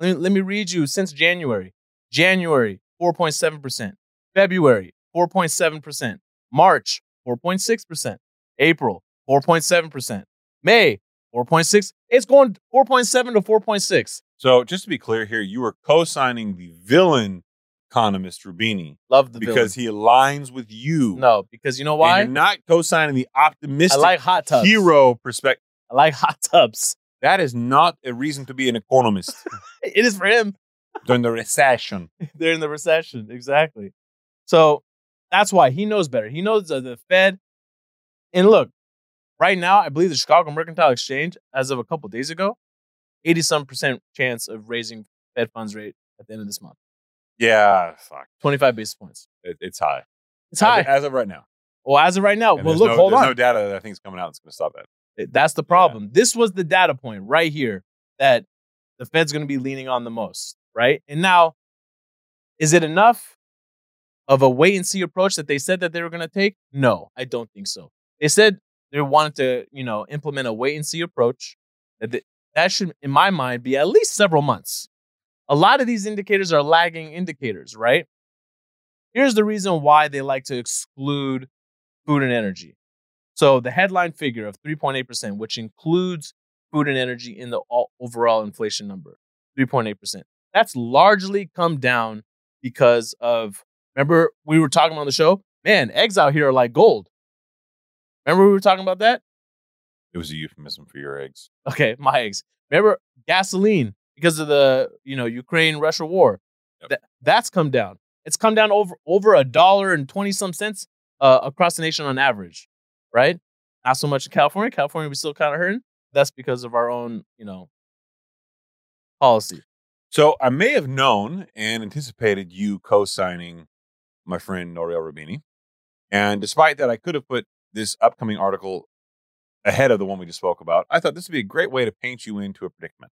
[SPEAKER 2] Let me, let me read you since January. January, 4.7%. February, 4.7%. March, 4.6%. April, 4.7%. May, 4.6. It's going 4.7 to 4.6.
[SPEAKER 1] So just to be clear here, you are co-signing the villain economist Rubini
[SPEAKER 2] Love the
[SPEAKER 1] because he aligns with you.
[SPEAKER 2] villain. No, because you know
[SPEAKER 1] And
[SPEAKER 2] why?
[SPEAKER 1] you're not co-signing the
[SPEAKER 2] I
[SPEAKER 1] optimistic
[SPEAKER 2] like hot tubs.
[SPEAKER 1] hero perspective.
[SPEAKER 2] I like hot tubs.
[SPEAKER 1] That is not a reason to be an economist
[SPEAKER 2] It is for him.
[SPEAKER 1] during the recession.
[SPEAKER 2] They're in the recession. Exactly. So that's why he knows better. He knows that the Fed. And look, right now, I believe the Chicago Mercantile Exchange, as of a couple days ago, 80 some percent chance of raising Fed funds rate at the end of this month.
[SPEAKER 1] Yeah, fuck.
[SPEAKER 2] 25 basis points.
[SPEAKER 1] It, it's high.
[SPEAKER 2] It's high.
[SPEAKER 1] As of, as of right now.
[SPEAKER 2] well, as of right now,
[SPEAKER 1] And
[SPEAKER 2] well,
[SPEAKER 1] there's
[SPEAKER 2] look,
[SPEAKER 1] no,
[SPEAKER 2] hold
[SPEAKER 1] there's
[SPEAKER 2] on.
[SPEAKER 1] no data that I think is coming out that's going to stop that.
[SPEAKER 2] Eh, That's the problem. This was the data point right here that the Fed's going to be leaning on the most, right? And now, is it enough of a wait and see approach that they said that they were going to take? No, I don't think so. They said they wanted to, you know, implement a wait and see approach. That th- that should, in my mind, be at least several months. A lot of these indicators are lagging indicators, right? Here's the reason why they like to exclude food and energy. So the headline figure of 3.8%, which includes food and energy in the all, overall inflation number, 3.8%. That's largely come down because of, remember, we were talking on the show, man, eggs out here are like gold. Remember, we were talking about that?
[SPEAKER 1] It was a euphemism for your eggs.
[SPEAKER 2] Okay, my eggs. Remember, gasoline because of the, you know, Ukraine Russia war.
[SPEAKER 1] Yep.
[SPEAKER 2] That, that's come down. It's come down over over a dollar and 20 some cents uh, across the nation on average, right? Not so much in California. California, we still kind of hurting. That's because of our own, you know, policy.
[SPEAKER 1] So I may have known and anticipated you co-signing my friend Noriel Rubini. And despite that, I could have put this upcoming article ahead of the one we just spoke about. I thought this would be a great way to paint you into a predicament.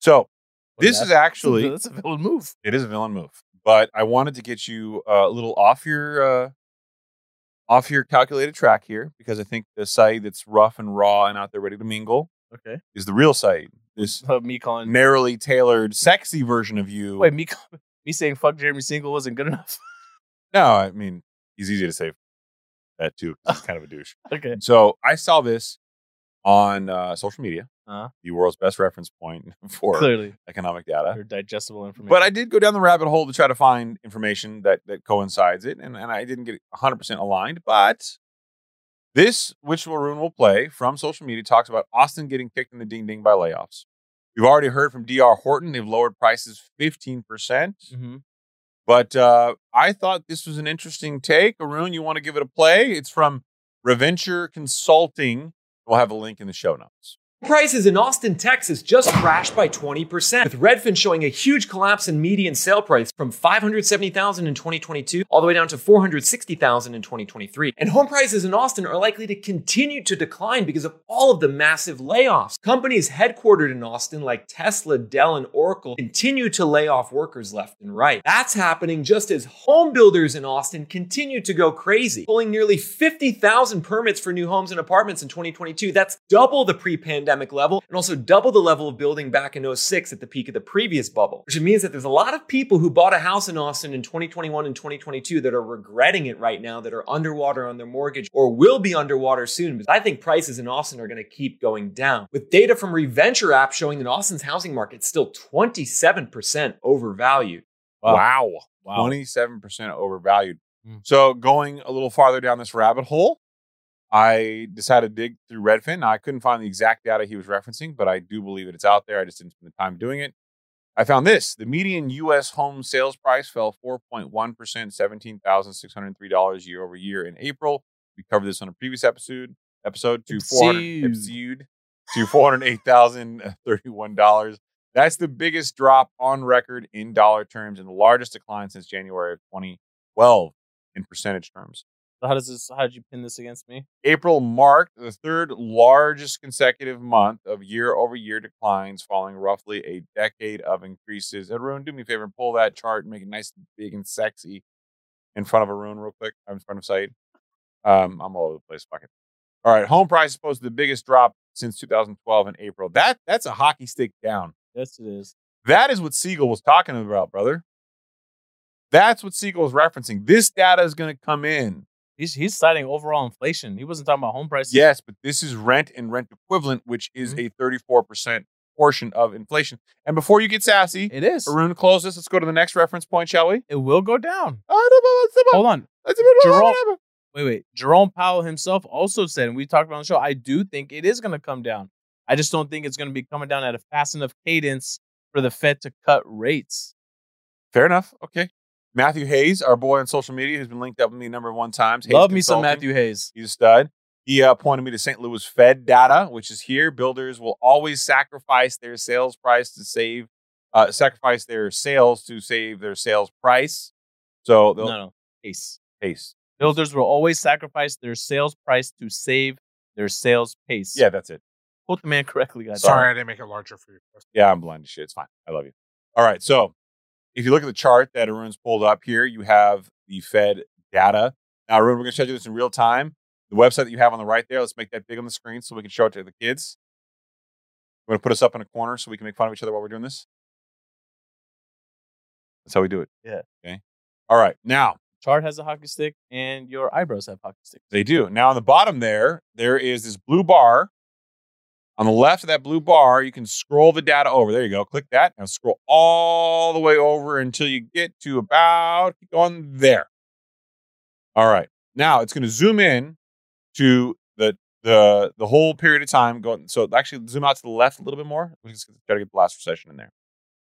[SPEAKER 1] So this is actually
[SPEAKER 2] that's a villain move.
[SPEAKER 1] it is a villain move, but I wanted to get you uh, a little off your uh, off your calculated track here because I think the Saeed that's rough and raw and out there ready to mingle
[SPEAKER 2] Okay,
[SPEAKER 1] is the real Saeed. This
[SPEAKER 2] so me calling.
[SPEAKER 1] narrowly tailored, sexy version of you.
[SPEAKER 2] Wait, me call- me saying fuck Jeremy Siegel wasn't good enough.
[SPEAKER 1] no, I mean he's easy to say that too. 'cause He's kind of a douche.
[SPEAKER 2] okay,
[SPEAKER 1] So I saw this on uh, social media,
[SPEAKER 2] Uh-huh.
[SPEAKER 1] the world's best reference point for
[SPEAKER 2] clearly
[SPEAKER 1] economic data.
[SPEAKER 2] your digestible information.
[SPEAKER 1] Uh, But I did go down the rabbit hole to try to find information that that coincides it, and, and I didn't get 100 percent aligned. But this, which Maroon will play from social media, talks about Austin getting kicked in the ding ding by layoffs. We've already heard from DR Horton; they've lowered prices 15 percent.
[SPEAKER 2] Mhm.
[SPEAKER 1] But uh, I thought this was an interesting take. Arun, you want to give it a play? It's from Reventure Consulting. We'll have a link in the show notes.
[SPEAKER 7] Prices in Austin, Texas just crashed by 20%, with Redfin showing a huge collapse in median sale price from 570,000 in 2022 all the way down to 460,000 in 2023. And home prices in Austin are likely to continue to decline because of all of the massive layoffs. Companies headquartered in Austin like Tesla, Dell, and Oracle continue to lay off workers left and right. That's happening just as home builders in Austin continue to go crazy, pulling nearly 50,000 permits for new homes and apartments in 2022. That's double the pre-pandemic level and also double the level of building back in 06 at the peak of the previous bubble, which means that there's a lot of people who bought a house in Austin in 2021 and 2022 that are regretting it right now, that are underwater on their mortgage or will be underwater soon. But I think prices in Austin are going to keep going down. With data from Reventure app showing that Austin's housing market's still 27% overvalued.
[SPEAKER 1] Wow.
[SPEAKER 2] Wow.
[SPEAKER 1] 27% overvalued.
[SPEAKER 2] Hmm.
[SPEAKER 1] So, going a little farther down this rabbit hole, I decided to dig through Redfin. I couldn't find the exact data he was referencing, but I do believe that it's out there. I just didn't spend the time doing it. I found this the median U.S. home sales price fell 4.1%, $17,603 year over year in April. We covered this on a previous episode, episode to 400, episode, to $408,031. That's the biggest drop on record in dollar terms and the largest decline since January of 2012 in percentage terms.
[SPEAKER 2] So how does this? How did you pin this against me?
[SPEAKER 1] April marked the third largest consecutive month of year over year declines, following roughly a decade of increases. Arun, do me a favor and pull that chart and make it nice and big and sexy in front of Arun, real quick. I'm in front of Said. Um, I'm all over the place. Fuck it. All right. Home prices posted the biggest drop since 2012 in April. That That's a hockey stick down.
[SPEAKER 2] Yes, it is.
[SPEAKER 1] That is what Siegel was talking about, brother. That's what Siegel was referencing. This data is going to come in
[SPEAKER 2] He's he's citing overall inflation. He wasn't talking about home prices. Mm-hmm.
[SPEAKER 1] Yes, but this is rent and rent equivalent, which is a 34% portion of inflation. And before you get sassy,
[SPEAKER 2] it is.
[SPEAKER 1] Arun, to close this. Let's go to the next reference point, shall we? Ah,
[SPEAKER 2] It will go down. Hold on. Jerome- Wait, wait. Jerome Powell himself also said, and we talked about on the show, I do think it is going to come down. I just don't think it's going to be coming down at a fast enough cadence for the Fed to cut rates.
[SPEAKER 1] Fair enough. Okay. Matthew Hayes, our boy on social media, who's been linked up with me a number of one times. Hayes
[SPEAKER 2] Love me some
[SPEAKER 1] Consulting.
[SPEAKER 2] Matthew Hayes.
[SPEAKER 1] He's a stud. He uh, pointed me to St. Louis Fed data, which is here. Builders will always sacrifice their sales price to save, uh, sacrifice their sales to save their sales price. So
[SPEAKER 2] No,
[SPEAKER 1] they'll
[SPEAKER 2] no. Hayes.
[SPEAKER 1] pace.
[SPEAKER 2] Builders will always sacrifice their sales price to save their sales pace.
[SPEAKER 1] Yeah, that's it.
[SPEAKER 2] Quote the man correctly, guys.
[SPEAKER 6] Sorry, I didn't make it larger for you.
[SPEAKER 1] Yeah, I'm blind as shit. It's fine. I love you. All right. So if you look at the chart that Arun's pulled up here, you have the Fed data. Now, Arun, we're going to show you this in real time. The website that you have on the right there, let's make that big on the screen so we can show it to the kids. We're going to put us up in a corner so we can make fun of each other while we're doing this. That's how we do it.
[SPEAKER 2] Yeah.
[SPEAKER 1] Okay. All right. Now,
[SPEAKER 2] Chart has a hockey stick and your eyebrows have hockey sticks.
[SPEAKER 1] they do. Now, on the bottom there, there is this blue bar. On the left of that blue bar, you can scroll the data over. There you go. Click that. Now scroll all the way over until you get to about keep going there. All right. Now it's going to zoom in to the the the whole period of time going. So actually, zoom out to the left a little bit more. We just got to get the last recession in there.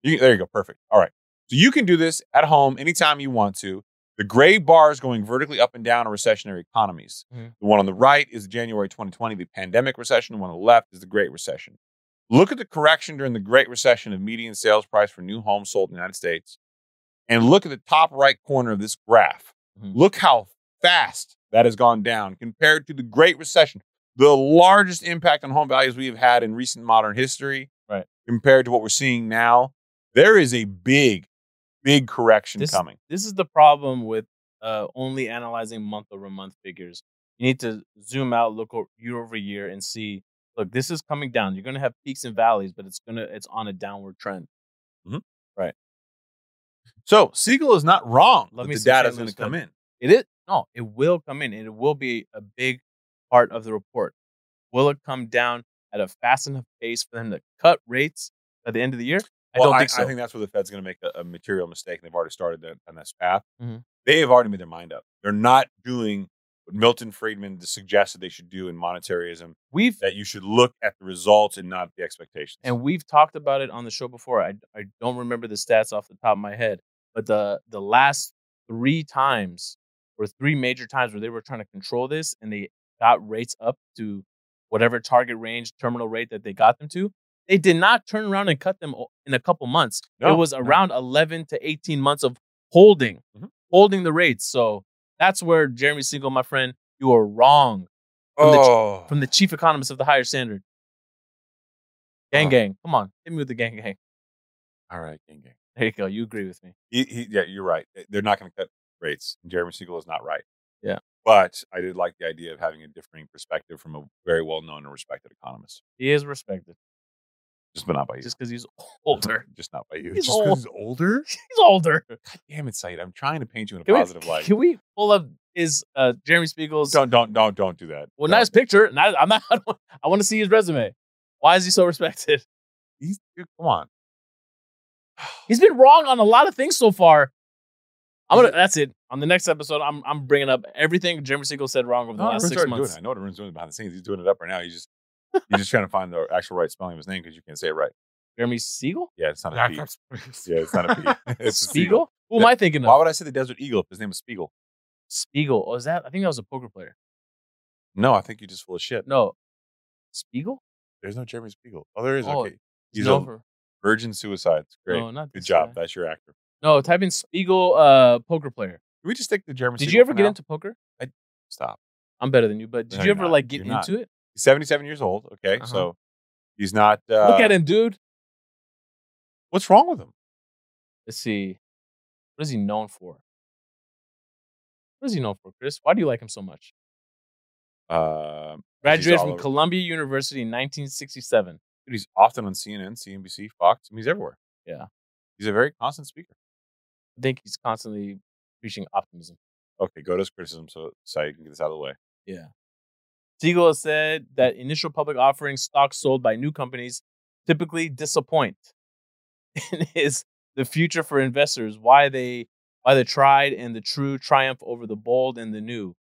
[SPEAKER 1] You, there you go. Perfect. All right. So you can do this at home anytime you want to. The gray bars going vertically up and down are recessionary economies.
[SPEAKER 2] Mhm.
[SPEAKER 1] The one on the right is January 2020, the pandemic recession. The one on the left is the Great Recession. Look at the correction during the Great Recession of median sales price for new homes sold in the United States. And look at the top right corner of this graph.
[SPEAKER 2] Mhm.
[SPEAKER 1] Look how fast that has gone down compared to the Great Recession, the largest impact on home values we have had in recent modern history
[SPEAKER 2] Right.
[SPEAKER 1] compared to what we're seeing now. There is a big, big correction
[SPEAKER 2] This-
[SPEAKER 1] coming.
[SPEAKER 2] This is the problem with uh, only analyzing month over month figures. You need to zoom out, look o- year over year, and see. Look, this is coming down. You're gonna have peaks and valleys, but it's gonna it's on a downward trend.
[SPEAKER 1] So Siegel is not wrong.
[SPEAKER 2] Let
[SPEAKER 1] Let
[SPEAKER 2] me
[SPEAKER 1] me the
[SPEAKER 2] see
[SPEAKER 1] data is
[SPEAKER 2] Chandler's
[SPEAKER 1] going to come
[SPEAKER 2] done.
[SPEAKER 1] in.
[SPEAKER 2] It is no, it will come in, and it will be a big part of the report. Will it come down at a fast enough pace for them to cut rates by the end of the year? I
[SPEAKER 1] Well,
[SPEAKER 2] don't think so.
[SPEAKER 1] I think that's where the Fed's going to make a, a material mistake. They've already started that, on this path.
[SPEAKER 2] Mhm.
[SPEAKER 1] They have already made their mind up. They're not doing what Milton Friedman suggested they should do in monetarism.
[SPEAKER 2] We've
[SPEAKER 1] That you should look at the results and not the expectations.
[SPEAKER 2] and we've talked about it on the show before. I, I don't remember the stats off the top of my head, but the the last three times or three major times where they were trying to control this and they got rates up to whatever target range terminal rate that they got them to, they did not turn around and cut them o- in a couple months.
[SPEAKER 1] No,
[SPEAKER 2] it was
[SPEAKER 1] no.
[SPEAKER 2] around 11 to 18 months of holding,
[SPEAKER 1] Mhm.
[SPEAKER 2] holding the rates. So that's where Jeremy Siegel, my friend, you are wrong from the ch-
[SPEAKER 1] oh,
[SPEAKER 2] from the chief economist of the higher standard. Gang,
[SPEAKER 1] Oh.
[SPEAKER 2] gang, come on, hit me with the gang, gang.
[SPEAKER 1] all right, gang, gang.
[SPEAKER 2] There you go. You agree with me.
[SPEAKER 1] He, he, yeah, you're right. They're not going to cut rates. Jeremy Siegel is not right.
[SPEAKER 2] Yeah.
[SPEAKER 1] But I did like the idea of having a differing perspective from a very well known and respected economist.
[SPEAKER 2] He is respected
[SPEAKER 1] Just but not by you.
[SPEAKER 2] just because he's older.
[SPEAKER 1] Just not by you.
[SPEAKER 2] He's
[SPEAKER 1] Just 'cause
[SPEAKER 2] old.
[SPEAKER 1] he's older?
[SPEAKER 2] He's older.
[SPEAKER 1] Damn it, Said. I'm trying to paint you in a
[SPEAKER 2] Can we-
[SPEAKER 1] positive light.
[SPEAKER 2] Can we pull up his uh, Jeremy Spiegel's?
[SPEAKER 1] Don't don't don't don't do that.
[SPEAKER 2] well,
[SPEAKER 1] Don't.
[SPEAKER 2] nice picture. Not, I'm not. I, don't- I want to see his resume. Why is he so respected?
[SPEAKER 1] He's, dude, come on.
[SPEAKER 2] He's been wrong on a lot of things so far. I'm gonna. That's it. On the next episode, I'm I'm bringing up everything Jeremy Siegel said wrong over the
[SPEAKER 1] No,
[SPEAKER 2] last
[SPEAKER 1] Arun's
[SPEAKER 2] six
[SPEAKER 1] already
[SPEAKER 2] months.
[SPEAKER 1] Doing it. I know what Arun's doing behind the scenes. He's doing it up right now. He's just he's just trying to find the actual right spelling of his name because you can't say it right.
[SPEAKER 2] Jeremy Siegel.
[SPEAKER 1] Yeah, it's not a
[SPEAKER 6] Yeah,
[SPEAKER 1] P.
[SPEAKER 6] that's please.
[SPEAKER 1] Yeah, it's not a P. it's a Siegel.
[SPEAKER 2] Siegel. Who am I thinking
[SPEAKER 1] Why
[SPEAKER 2] of?
[SPEAKER 1] would I say the Desert Eagle if his name was Spiegel?
[SPEAKER 2] Spiegel. Oh, is that? I think that was a poker player.
[SPEAKER 1] No, I think you're just full of shit.
[SPEAKER 2] No, Spiegel.
[SPEAKER 1] There's no Jeremy Spiegel. Oh, there is.
[SPEAKER 2] Oh,
[SPEAKER 1] okay. He's
[SPEAKER 2] no,
[SPEAKER 1] a
[SPEAKER 2] for-
[SPEAKER 1] virgin suicide. It's great.
[SPEAKER 2] no, not
[SPEAKER 1] Good
[SPEAKER 2] this
[SPEAKER 1] job.
[SPEAKER 2] guy.
[SPEAKER 1] That's your actor.
[SPEAKER 2] No, type in Spiegel uh, poker player.
[SPEAKER 1] Can we just stick to Jeremy
[SPEAKER 2] Did
[SPEAKER 1] Siegel
[SPEAKER 2] you ever
[SPEAKER 1] for
[SPEAKER 2] get
[SPEAKER 1] now?
[SPEAKER 2] into poker?
[SPEAKER 1] Stop.
[SPEAKER 2] I'm better than you, but did
[SPEAKER 1] No,
[SPEAKER 2] you
[SPEAKER 1] you're
[SPEAKER 2] ever
[SPEAKER 1] not.
[SPEAKER 2] like get
[SPEAKER 1] You're not.
[SPEAKER 2] into it?
[SPEAKER 1] He's 77 years old. Okay.
[SPEAKER 2] Uh-huh.
[SPEAKER 1] So he's not. Uh,
[SPEAKER 2] Look at him, dude.
[SPEAKER 1] What's wrong with him?
[SPEAKER 2] Let's see. What is he known for? What is he known for, Chris? Why do you like him so much?
[SPEAKER 1] Uh,
[SPEAKER 2] Graduated
[SPEAKER 1] all
[SPEAKER 2] from
[SPEAKER 1] over-
[SPEAKER 2] Columbia University in 1967.
[SPEAKER 1] Dude, he's often on CNN, CNBC, Fox. I mean, he's everywhere.
[SPEAKER 2] Yeah.
[SPEAKER 1] He's a very constant speaker.
[SPEAKER 2] I think he's constantly preaching optimism.
[SPEAKER 1] Okay, go to his criticism so, so you can get this out of the way.
[SPEAKER 2] Siegel has said that initial public offering stocks sold by new companies typically disappoint. And is the future for investors why they why the tried and the true triumph over the bold and the new.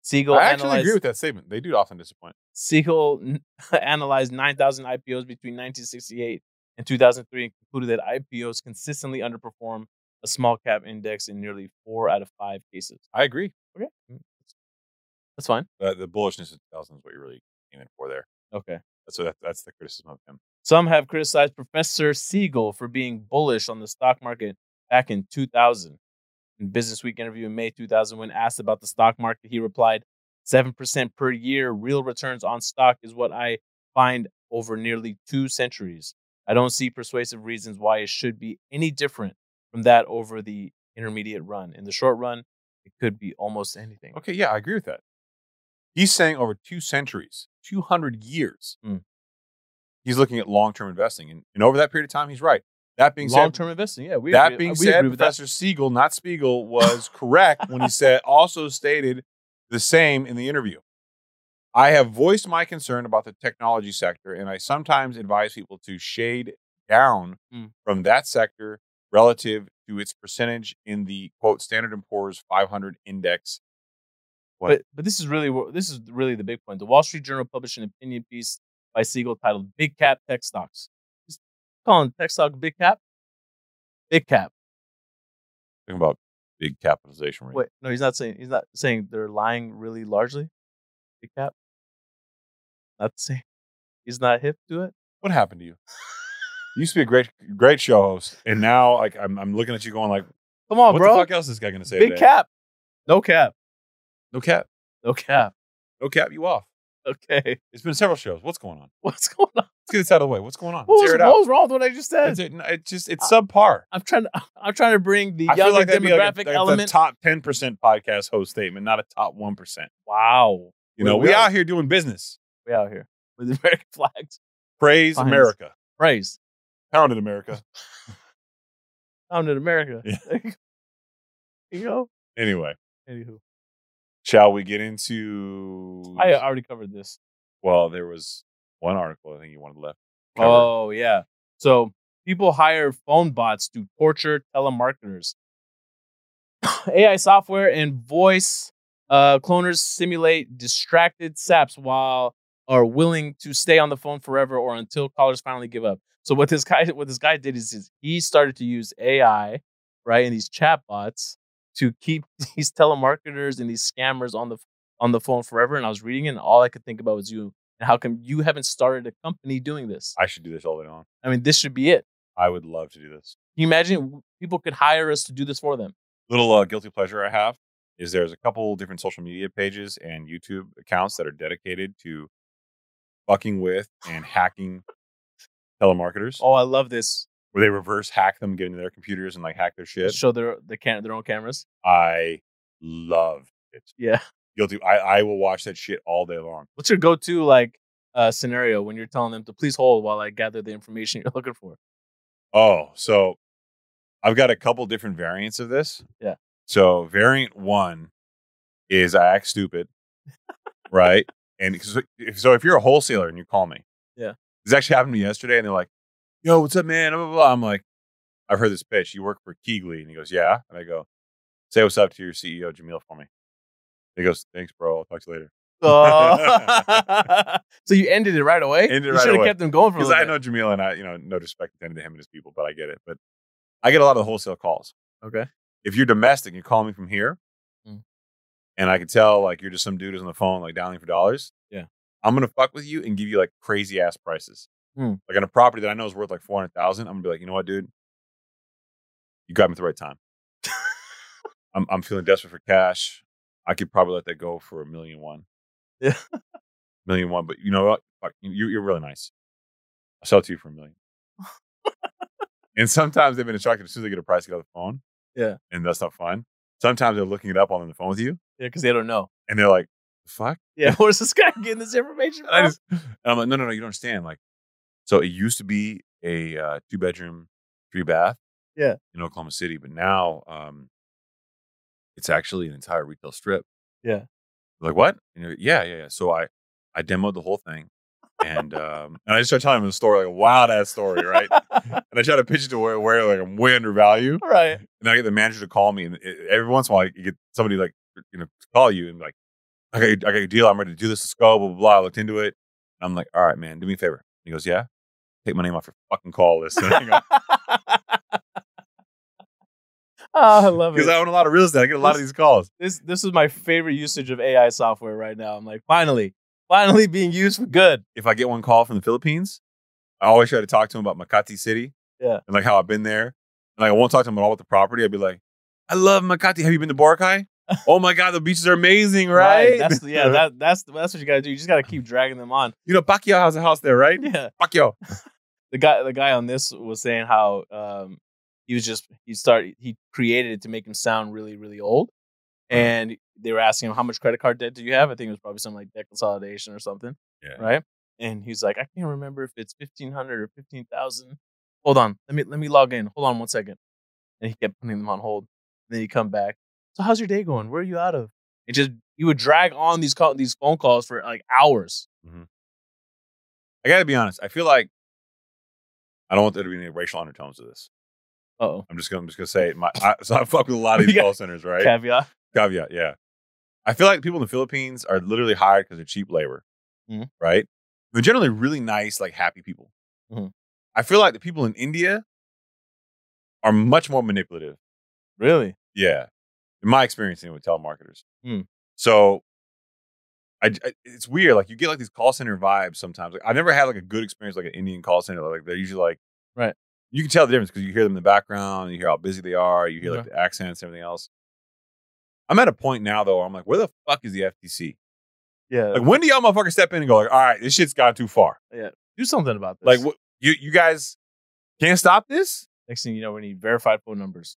[SPEAKER 2] Siegel
[SPEAKER 1] I actually
[SPEAKER 2] analyzed,
[SPEAKER 1] agree with that statement. They do often disappoint.
[SPEAKER 2] Siegel n- analyzed 9,000 IPOs between 1968 and 2003 and concluded that IPOs consistently underperform a small cap index in nearly four out of five cases.
[SPEAKER 1] I agree.
[SPEAKER 2] Okay. mm, That's fine.
[SPEAKER 1] The, the bullishness of 2000 is what you really came in for there.
[SPEAKER 2] Okay.
[SPEAKER 1] So that, that's the criticism of him.
[SPEAKER 2] Some have criticized Professor Siegel for being bullish on the stock market back in 2000. In Business Week interview in May 2000, when asked about the stock market, he replied, 7% per year real returns on stock is what I find over nearly two centuries. I don't see persuasive reasons why it should be any different from that over the intermediate run. In the short run, it could be almost anything.
[SPEAKER 1] Okay, yeah, I agree with that. He's saying over two centuries, 200 years,
[SPEAKER 2] Mm.
[SPEAKER 1] he's looking at long term investing. And, and over that period of time, he's right. That being
[SPEAKER 2] Long
[SPEAKER 1] said,
[SPEAKER 2] term investing, yeah. We
[SPEAKER 1] that
[SPEAKER 2] agree-
[SPEAKER 1] being
[SPEAKER 2] we
[SPEAKER 1] said,
[SPEAKER 2] agree with that.
[SPEAKER 1] Professor Siegel, not Spiegel, was correct when he said also stated the same in the interview. I have voiced my concern about the technology sector, and I sometimes advise people to shade down
[SPEAKER 2] Mm.
[SPEAKER 1] from that sector relative to its percentage in the quote Standard and Poor's 500 index. What?
[SPEAKER 2] But but this is really wh- this is really the big point. The Wall Street Journal published an opinion piece by Siegel titled "Big Cap Tech Stocks." Just calling tech stock big cap, big cap.
[SPEAKER 1] Talking about big capitalization rate.
[SPEAKER 2] Wait, no, he's not saying he's not saying they're lying really largely. Big cap. Not saying he's not hip to it.
[SPEAKER 1] What happened to you? you used to be a great, great show host, and now like I'm, I'm looking at you going like,
[SPEAKER 2] Come on,
[SPEAKER 1] what the
[SPEAKER 2] bro.
[SPEAKER 1] fuck else is this guy gonna say?
[SPEAKER 2] Big
[SPEAKER 1] today?
[SPEAKER 2] cap. No cap.
[SPEAKER 1] no cap,
[SPEAKER 2] No cap.
[SPEAKER 1] no cap, you off.
[SPEAKER 2] Okay.
[SPEAKER 1] It's been several shows. What's going on?
[SPEAKER 2] What's going on?
[SPEAKER 1] Let's get this out of the way. What's going on?
[SPEAKER 2] What
[SPEAKER 1] Let's
[SPEAKER 2] was,
[SPEAKER 1] air it
[SPEAKER 2] what
[SPEAKER 1] out.
[SPEAKER 2] was wrong with what I just said?
[SPEAKER 1] It's, it, it's just it's subpar.
[SPEAKER 2] I'm trying to I'm trying to bring the
[SPEAKER 1] I
[SPEAKER 2] younger
[SPEAKER 1] feel like that'd be like a,
[SPEAKER 2] demographic
[SPEAKER 1] that's a
[SPEAKER 2] element.
[SPEAKER 1] top ten percent podcast host statement, not a top one percent.
[SPEAKER 2] wow.
[SPEAKER 1] You
[SPEAKER 2] Wait,
[SPEAKER 1] know,
[SPEAKER 2] we
[SPEAKER 1] we
[SPEAKER 2] are-
[SPEAKER 1] out here doing business.
[SPEAKER 2] We out here with the American flags.
[SPEAKER 1] Praise
[SPEAKER 2] Fines.
[SPEAKER 1] America,
[SPEAKER 2] Praise.
[SPEAKER 1] pounded America.
[SPEAKER 2] founded America.
[SPEAKER 1] Yeah.
[SPEAKER 2] There you go. There you go.
[SPEAKER 1] Anyway,
[SPEAKER 2] Anywho,
[SPEAKER 1] shall we get into?
[SPEAKER 2] I uh, already covered this.
[SPEAKER 1] well, there was one article I think you wanted left. covered.
[SPEAKER 2] Oh yeah. So people hire phone bots to torture telemarketers. AI software and voice uh, cloners simulate distracted saps while are willing to stay on the phone forever or until callers finally give up. So what this guy what this guy did is, is he started to use AI, right, and these chatbots to keep these telemarketers and these scammers on the on the phone forever. And I was reading it, and all I could think about was you. And how come you haven't started a company doing this?
[SPEAKER 1] I should do this all day long.
[SPEAKER 2] I mean, this should be it.
[SPEAKER 1] I would love to do this.
[SPEAKER 2] Can you imagine people could hire us to do this for them?
[SPEAKER 1] Little uh, guilty pleasure I have is there's a couple different social media pages and YouTube accounts that are dedicated to fucking with and hacking telemarketers.
[SPEAKER 2] Oh, I love this.
[SPEAKER 1] where they reverse hack them, get into their computers and like hack their shit.
[SPEAKER 2] Show their the can- their own cameras.
[SPEAKER 1] I love it.
[SPEAKER 2] Yeah.
[SPEAKER 1] Guilty. I, I will watch that shit all day long.
[SPEAKER 2] What's your go to like uh, scenario when you're telling them to please hold while I gather the information you're looking for?
[SPEAKER 1] Oh, so I've got a couple different variants of this.
[SPEAKER 2] Yeah.
[SPEAKER 1] So variant one is I act stupid, right? And so if, so if you're a wholesaler and you call me,
[SPEAKER 2] Yeah.
[SPEAKER 1] this actually happened to me yesterday, and they're like, "Yo, what's up, man?" Blah, blah, blah. I'm like, "I've heard this pitch. You work for Keegley," and he goes, "Yeah," and I go, "Say what's up to your CEO Jamil for me." He goes, "Thanks, bro. I'll talk to you later."
[SPEAKER 2] Oh. so you ended it right away.
[SPEAKER 1] Ended it
[SPEAKER 2] you
[SPEAKER 1] right
[SPEAKER 2] should have
[SPEAKER 1] away.
[SPEAKER 2] kept them going for a
[SPEAKER 1] because
[SPEAKER 2] little
[SPEAKER 1] I
[SPEAKER 2] bit.
[SPEAKER 1] know Jamil and I, you know, no disrespect intended to him and his people, but I get it. But I get a lot of the wholesale calls.
[SPEAKER 2] Okay.
[SPEAKER 1] If you're domestic, you call me from here,
[SPEAKER 2] Mm.
[SPEAKER 1] and I can tell like you're just some dude who's on the phone like dialing for dollars.
[SPEAKER 2] Yeah.
[SPEAKER 1] I'm gonna fuck with you and give you like crazy ass prices,
[SPEAKER 2] Mm.
[SPEAKER 1] like on a property that I know is worth like four hundred thousand. I'm gonna be like, you know what, dude, you got me at the right time. I'm I'm feeling desperate for cash. I could probably let that go for a million one.
[SPEAKER 2] Yeah.
[SPEAKER 1] million one, but you know what? Fuck, you, you're really nice. I'll sell it to you for a million. and sometimes they've been attracted as soon as they get a price, they get on the phone.
[SPEAKER 2] Yeah.
[SPEAKER 1] And that's not fun. Sometimes they're looking it up on the phone with you
[SPEAKER 2] Yeah, because they don't know.
[SPEAKER 1] and they're like, fuck.
[SPEAKER 2] Yeah, where's this guy getting this information?
[SPEAKER 1] And, I
[SPEAKER 2] from?
[SPEAKER 1] just, and I'm like, no, no, no, you don't understand. Like, so it used to be a uh, two bedroom, three bath
[SPEAKER 2] Yeah.
[SPEAKER 1] in Oklahoma City, but now um, it's actually an entire retail strip.
[SPEAKER 2] Yeah.
[SPEAKER 1] They're like what? And you're, yeah, yeah, yeah. So I I demoed the whole thing, and um, and I just started telling him the story, like a wild ass story, right? and I try to pitch it to where, where like I'm way undervalued,
[SPEAKER 2] right.
[SPEAKER 1] and I get the manager to call me, and it, every once in a while you get somebody like you know to call you and be like, I got, your, I got your deal, I'm ready to do this, let's go, blah blah blah. I looked into it, and I'm like, all right, man, do me a favor. He goes, yeah, take my name off your fucking call list. And I go,
[SPEAKER 2] oh, I love it.
[SPEAKER 1] Because I own a lot of real estate. I get a lot of these calls.
[SPEAKER 2] this this is my favorite usage of AI software right now. I'm like, finally, finally being used for good.
[SPEAKER 1] If I get one call from the Philippines, I always try to talk to him about Makati City.
[SPEAKER 2] Yeah.
[SPEAKER 1] And like how I've been there. And like I won't talk to him at all about the property. I'd be like, I love Makati. Have you been to Boracay? oh my God, the beaches are amazing, right?
[SPEAKER 2] That's the- yeah. That, that's that's what you gotta do. You just gotta keep dragging them on.
[SPEAKER 1] you know, Pacquiao has a house there, right?
[SPEAKER 2] Yeah.
[SPEAKER 1] Pacquiao.
[SPEAKER 2] The guy the guy on this was saying how um he was just he started he created it to make him sound really really old, and they were asking him how much credit card debt do you have. I think it was probably something like debt consolidation or something.
[SPEAKER 1] Yeah.
[SPEAKER 2] Right. And he's like, I can't remember if it's fifteen hundred or fifteen thousand. Hold on. Let me let me log in. Hold on one second. And he kept putting them on hold. then he come back. So how's your day going? Where are you out of? And just he would drag on these call these phone calls for like hours.
[SPEAKER 1] I got to be honest. I feel like I don't want there to be any racial undertones to this.
[SPEAKER 2] Oh,
[SPEAKER 1] I'm just going. I'm just going to say it. My, I, so I fuck with a lot of these
[SPEAKER 2] Yeah.
[SPEAKER 1] call centers, right?
[SPEAKER 2] caveat.
[SPEAKER 1] Caveat, yeah. I feel like people in the Philippines are literally hired because they're cheap labor,
[SPEAKER 2] Mhm.
[SPEAKER 1] right? They're generally really nice, like happy people.
[SPEAKER 2] Mhm.
[SPEAKER 1] I feel like the people in India are much more manipulative.
[SPEAKER 2] Really?
[SPEAKER 1] Yeah, in my experience, anyway, with telemarketers.
[SPEAKER 2] Mm.
[SPEAKER 1] So, I, I- it's weird. Like you get like these call center vibes sometimes. Like I've never had like a good experience like an Indian call center. Like they're usually like
[SPEAKER 2] Right.
[SPEAKER 1] You can tell the difference because you hear them in the background. You hear how busy they are. You hear
[SPEAKER 2] Uh-huh.
[SPEAKER 1] like the accents, and everything else. I'm at a point now though. Where I'm like, where the fuck is the FTC?
[SPEAKER 2] Yeah.
[SPEAKER 1] Like when do y'all motherfuckers step in and go like, all right, this shit's gone too far.
[SPEAKER 2] do something about this.
[SPEAKER 1] Like what, you you guys can't stop this,
[SPEAKER 2] next thing you know, we need verified phone numbers.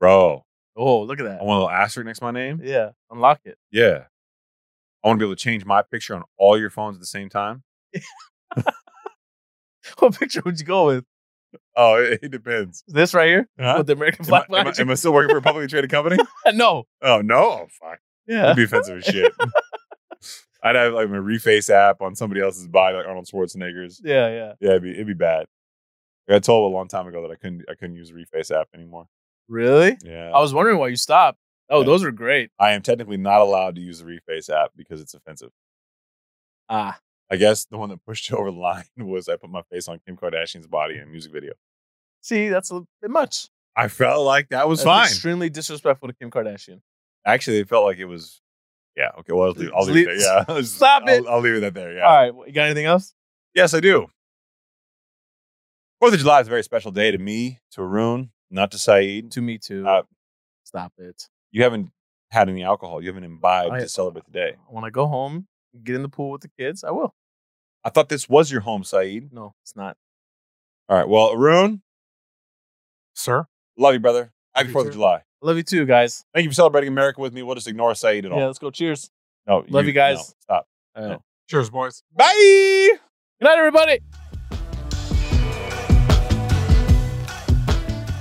[SPEAKER 1] bro.
[SPEAKER 2] Oh, look at that.
[SPEAKER 1] I want a little asterisk next to my name.
[SPEAKER 2] Yeah, unlock it.
[SPEAKER 1] Yeah. I want to be able to change my picture on all your phones at the same time.
[SPEAKER 2] What picture would you go with?
[SPEAKER 1] Oh, it, it depends.
[SPEAKER 2] This right here
[SPEAKER 1] Huh?
[SPEAKER 2] with the American
[SPEAKER 1] Am I,
[SPEAKER 2] flag
[SPEAKER 1] am I-
[SPEAKER 2] behind
[SPEAKER 1] am I still working for a publicly traded company?
[SPEAKER 2] you? no.
[SPEAKER 1] Oh no! Oh fuck!
[SPEAKER 2] Yeah.
[SPEAKER 1] That'd be offensive as shit. I'd have like my reface app on somebody else's body, like Arnold Schwarzenegger's.
[SPEAKER 2] Yeah, yeah.
[SPEAKER 1] Yeah, it'd be it'd be bad. I got told a long time ago that I couldn't I couldn't use reface app anymore.
[SPEAKER 2] Really?
[SPEAKER 1] Yeah,
[SPEAKER 2] I was wondering why you stopped. Oh,
[SPEAKER 1] Yeah.
[SPEAKER 2] those are great.
[SPEAKER 1] I am technically not allowed to use the reface app because it's offensive.
[SPEAKER 2] Ah,
[SPEAKER 1] I guess the one that pushed it over the line was I put my face on Kim Kardashian's body in a music video.
[SPEAKER 2] see, that's a bit much.
[SPEAKER 1] I felt like that was
[SPEAKER 2] That's
[SPEAKER 1] fine.
[SPEAKER 2] Extremely disrespectful to Kim Kardashian.
[SPEAKER 1] Actually, it felt like it was. Yeah. Okay. Well, I'll leave, I'll
[SPEAKER 2] Just
[SPEAKER 1] leave it there.
[SPEAKER 2] leave-
[SPEAKER 1] Yeah. I'll just-
[SPEAKER 2] Stop it.
[SPEAKER 1] I'll, I'll leave it at there. Yeah.
[SPEAKER 2] All right, well, you got anything else?
[SPEAKER 1] Yes, I do. Fourth of July is a very special day to me, to Arun, not to Saeed.
[SPEAKER 2] To me too.
[SPEAKER 1] Uh,
[SPEAKER 2] Stop it.
[SPEAKER 1] You haven't had any alcohol. You haven't imbibed
[SPEAKER 2] I-
[SPEAKER 1] to celebrate the day.
[SPEAKER 2] When I go home, get in the pool with the kids, I will.
[SPEAKER 1] I thought this was your home, Saeed.
[SPEAKER 2] No, it's not.
[SPEAKER 1] All right. Well, Arun,
[SPEAKER 6] Sir?
[SPEAKER 1] love you, brother. Happy
[SPEAKER 6] you,
[SPEAKER 1] Fourth of
[SPEAKER 6] sir.
[SPEAKER 1] July.
[SPEAKER 2] I love you too, guys.
[SPEAKER 1] Thank you for celebrating America with me. We'll just ignore Saeed at all.
[SPEAKER 2] Yeah, let's go. Cheers.
[SPEAKER 1] No,
[SPEAKER 2] Love you guys.
[SPEAKER 1] no, stop.
[SPEAKER 2] I know.
[SPEAKER 6] Cheers, boys.
[SPEAKER 1] Bye.
[SPEAKER 2] Good night, everybody.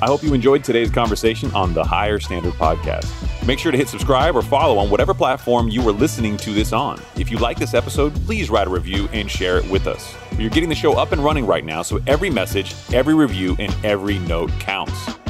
[SPEAKER 8] I hope you enjoyed today's conversation on the Higher Standard Podcast. Make sure to hit subscribe or follow on whatever platform you are listening to this on. If you like this episode, please write a review and share it with us. You're getting the show up and running right now, so every message, every review, and every note counts.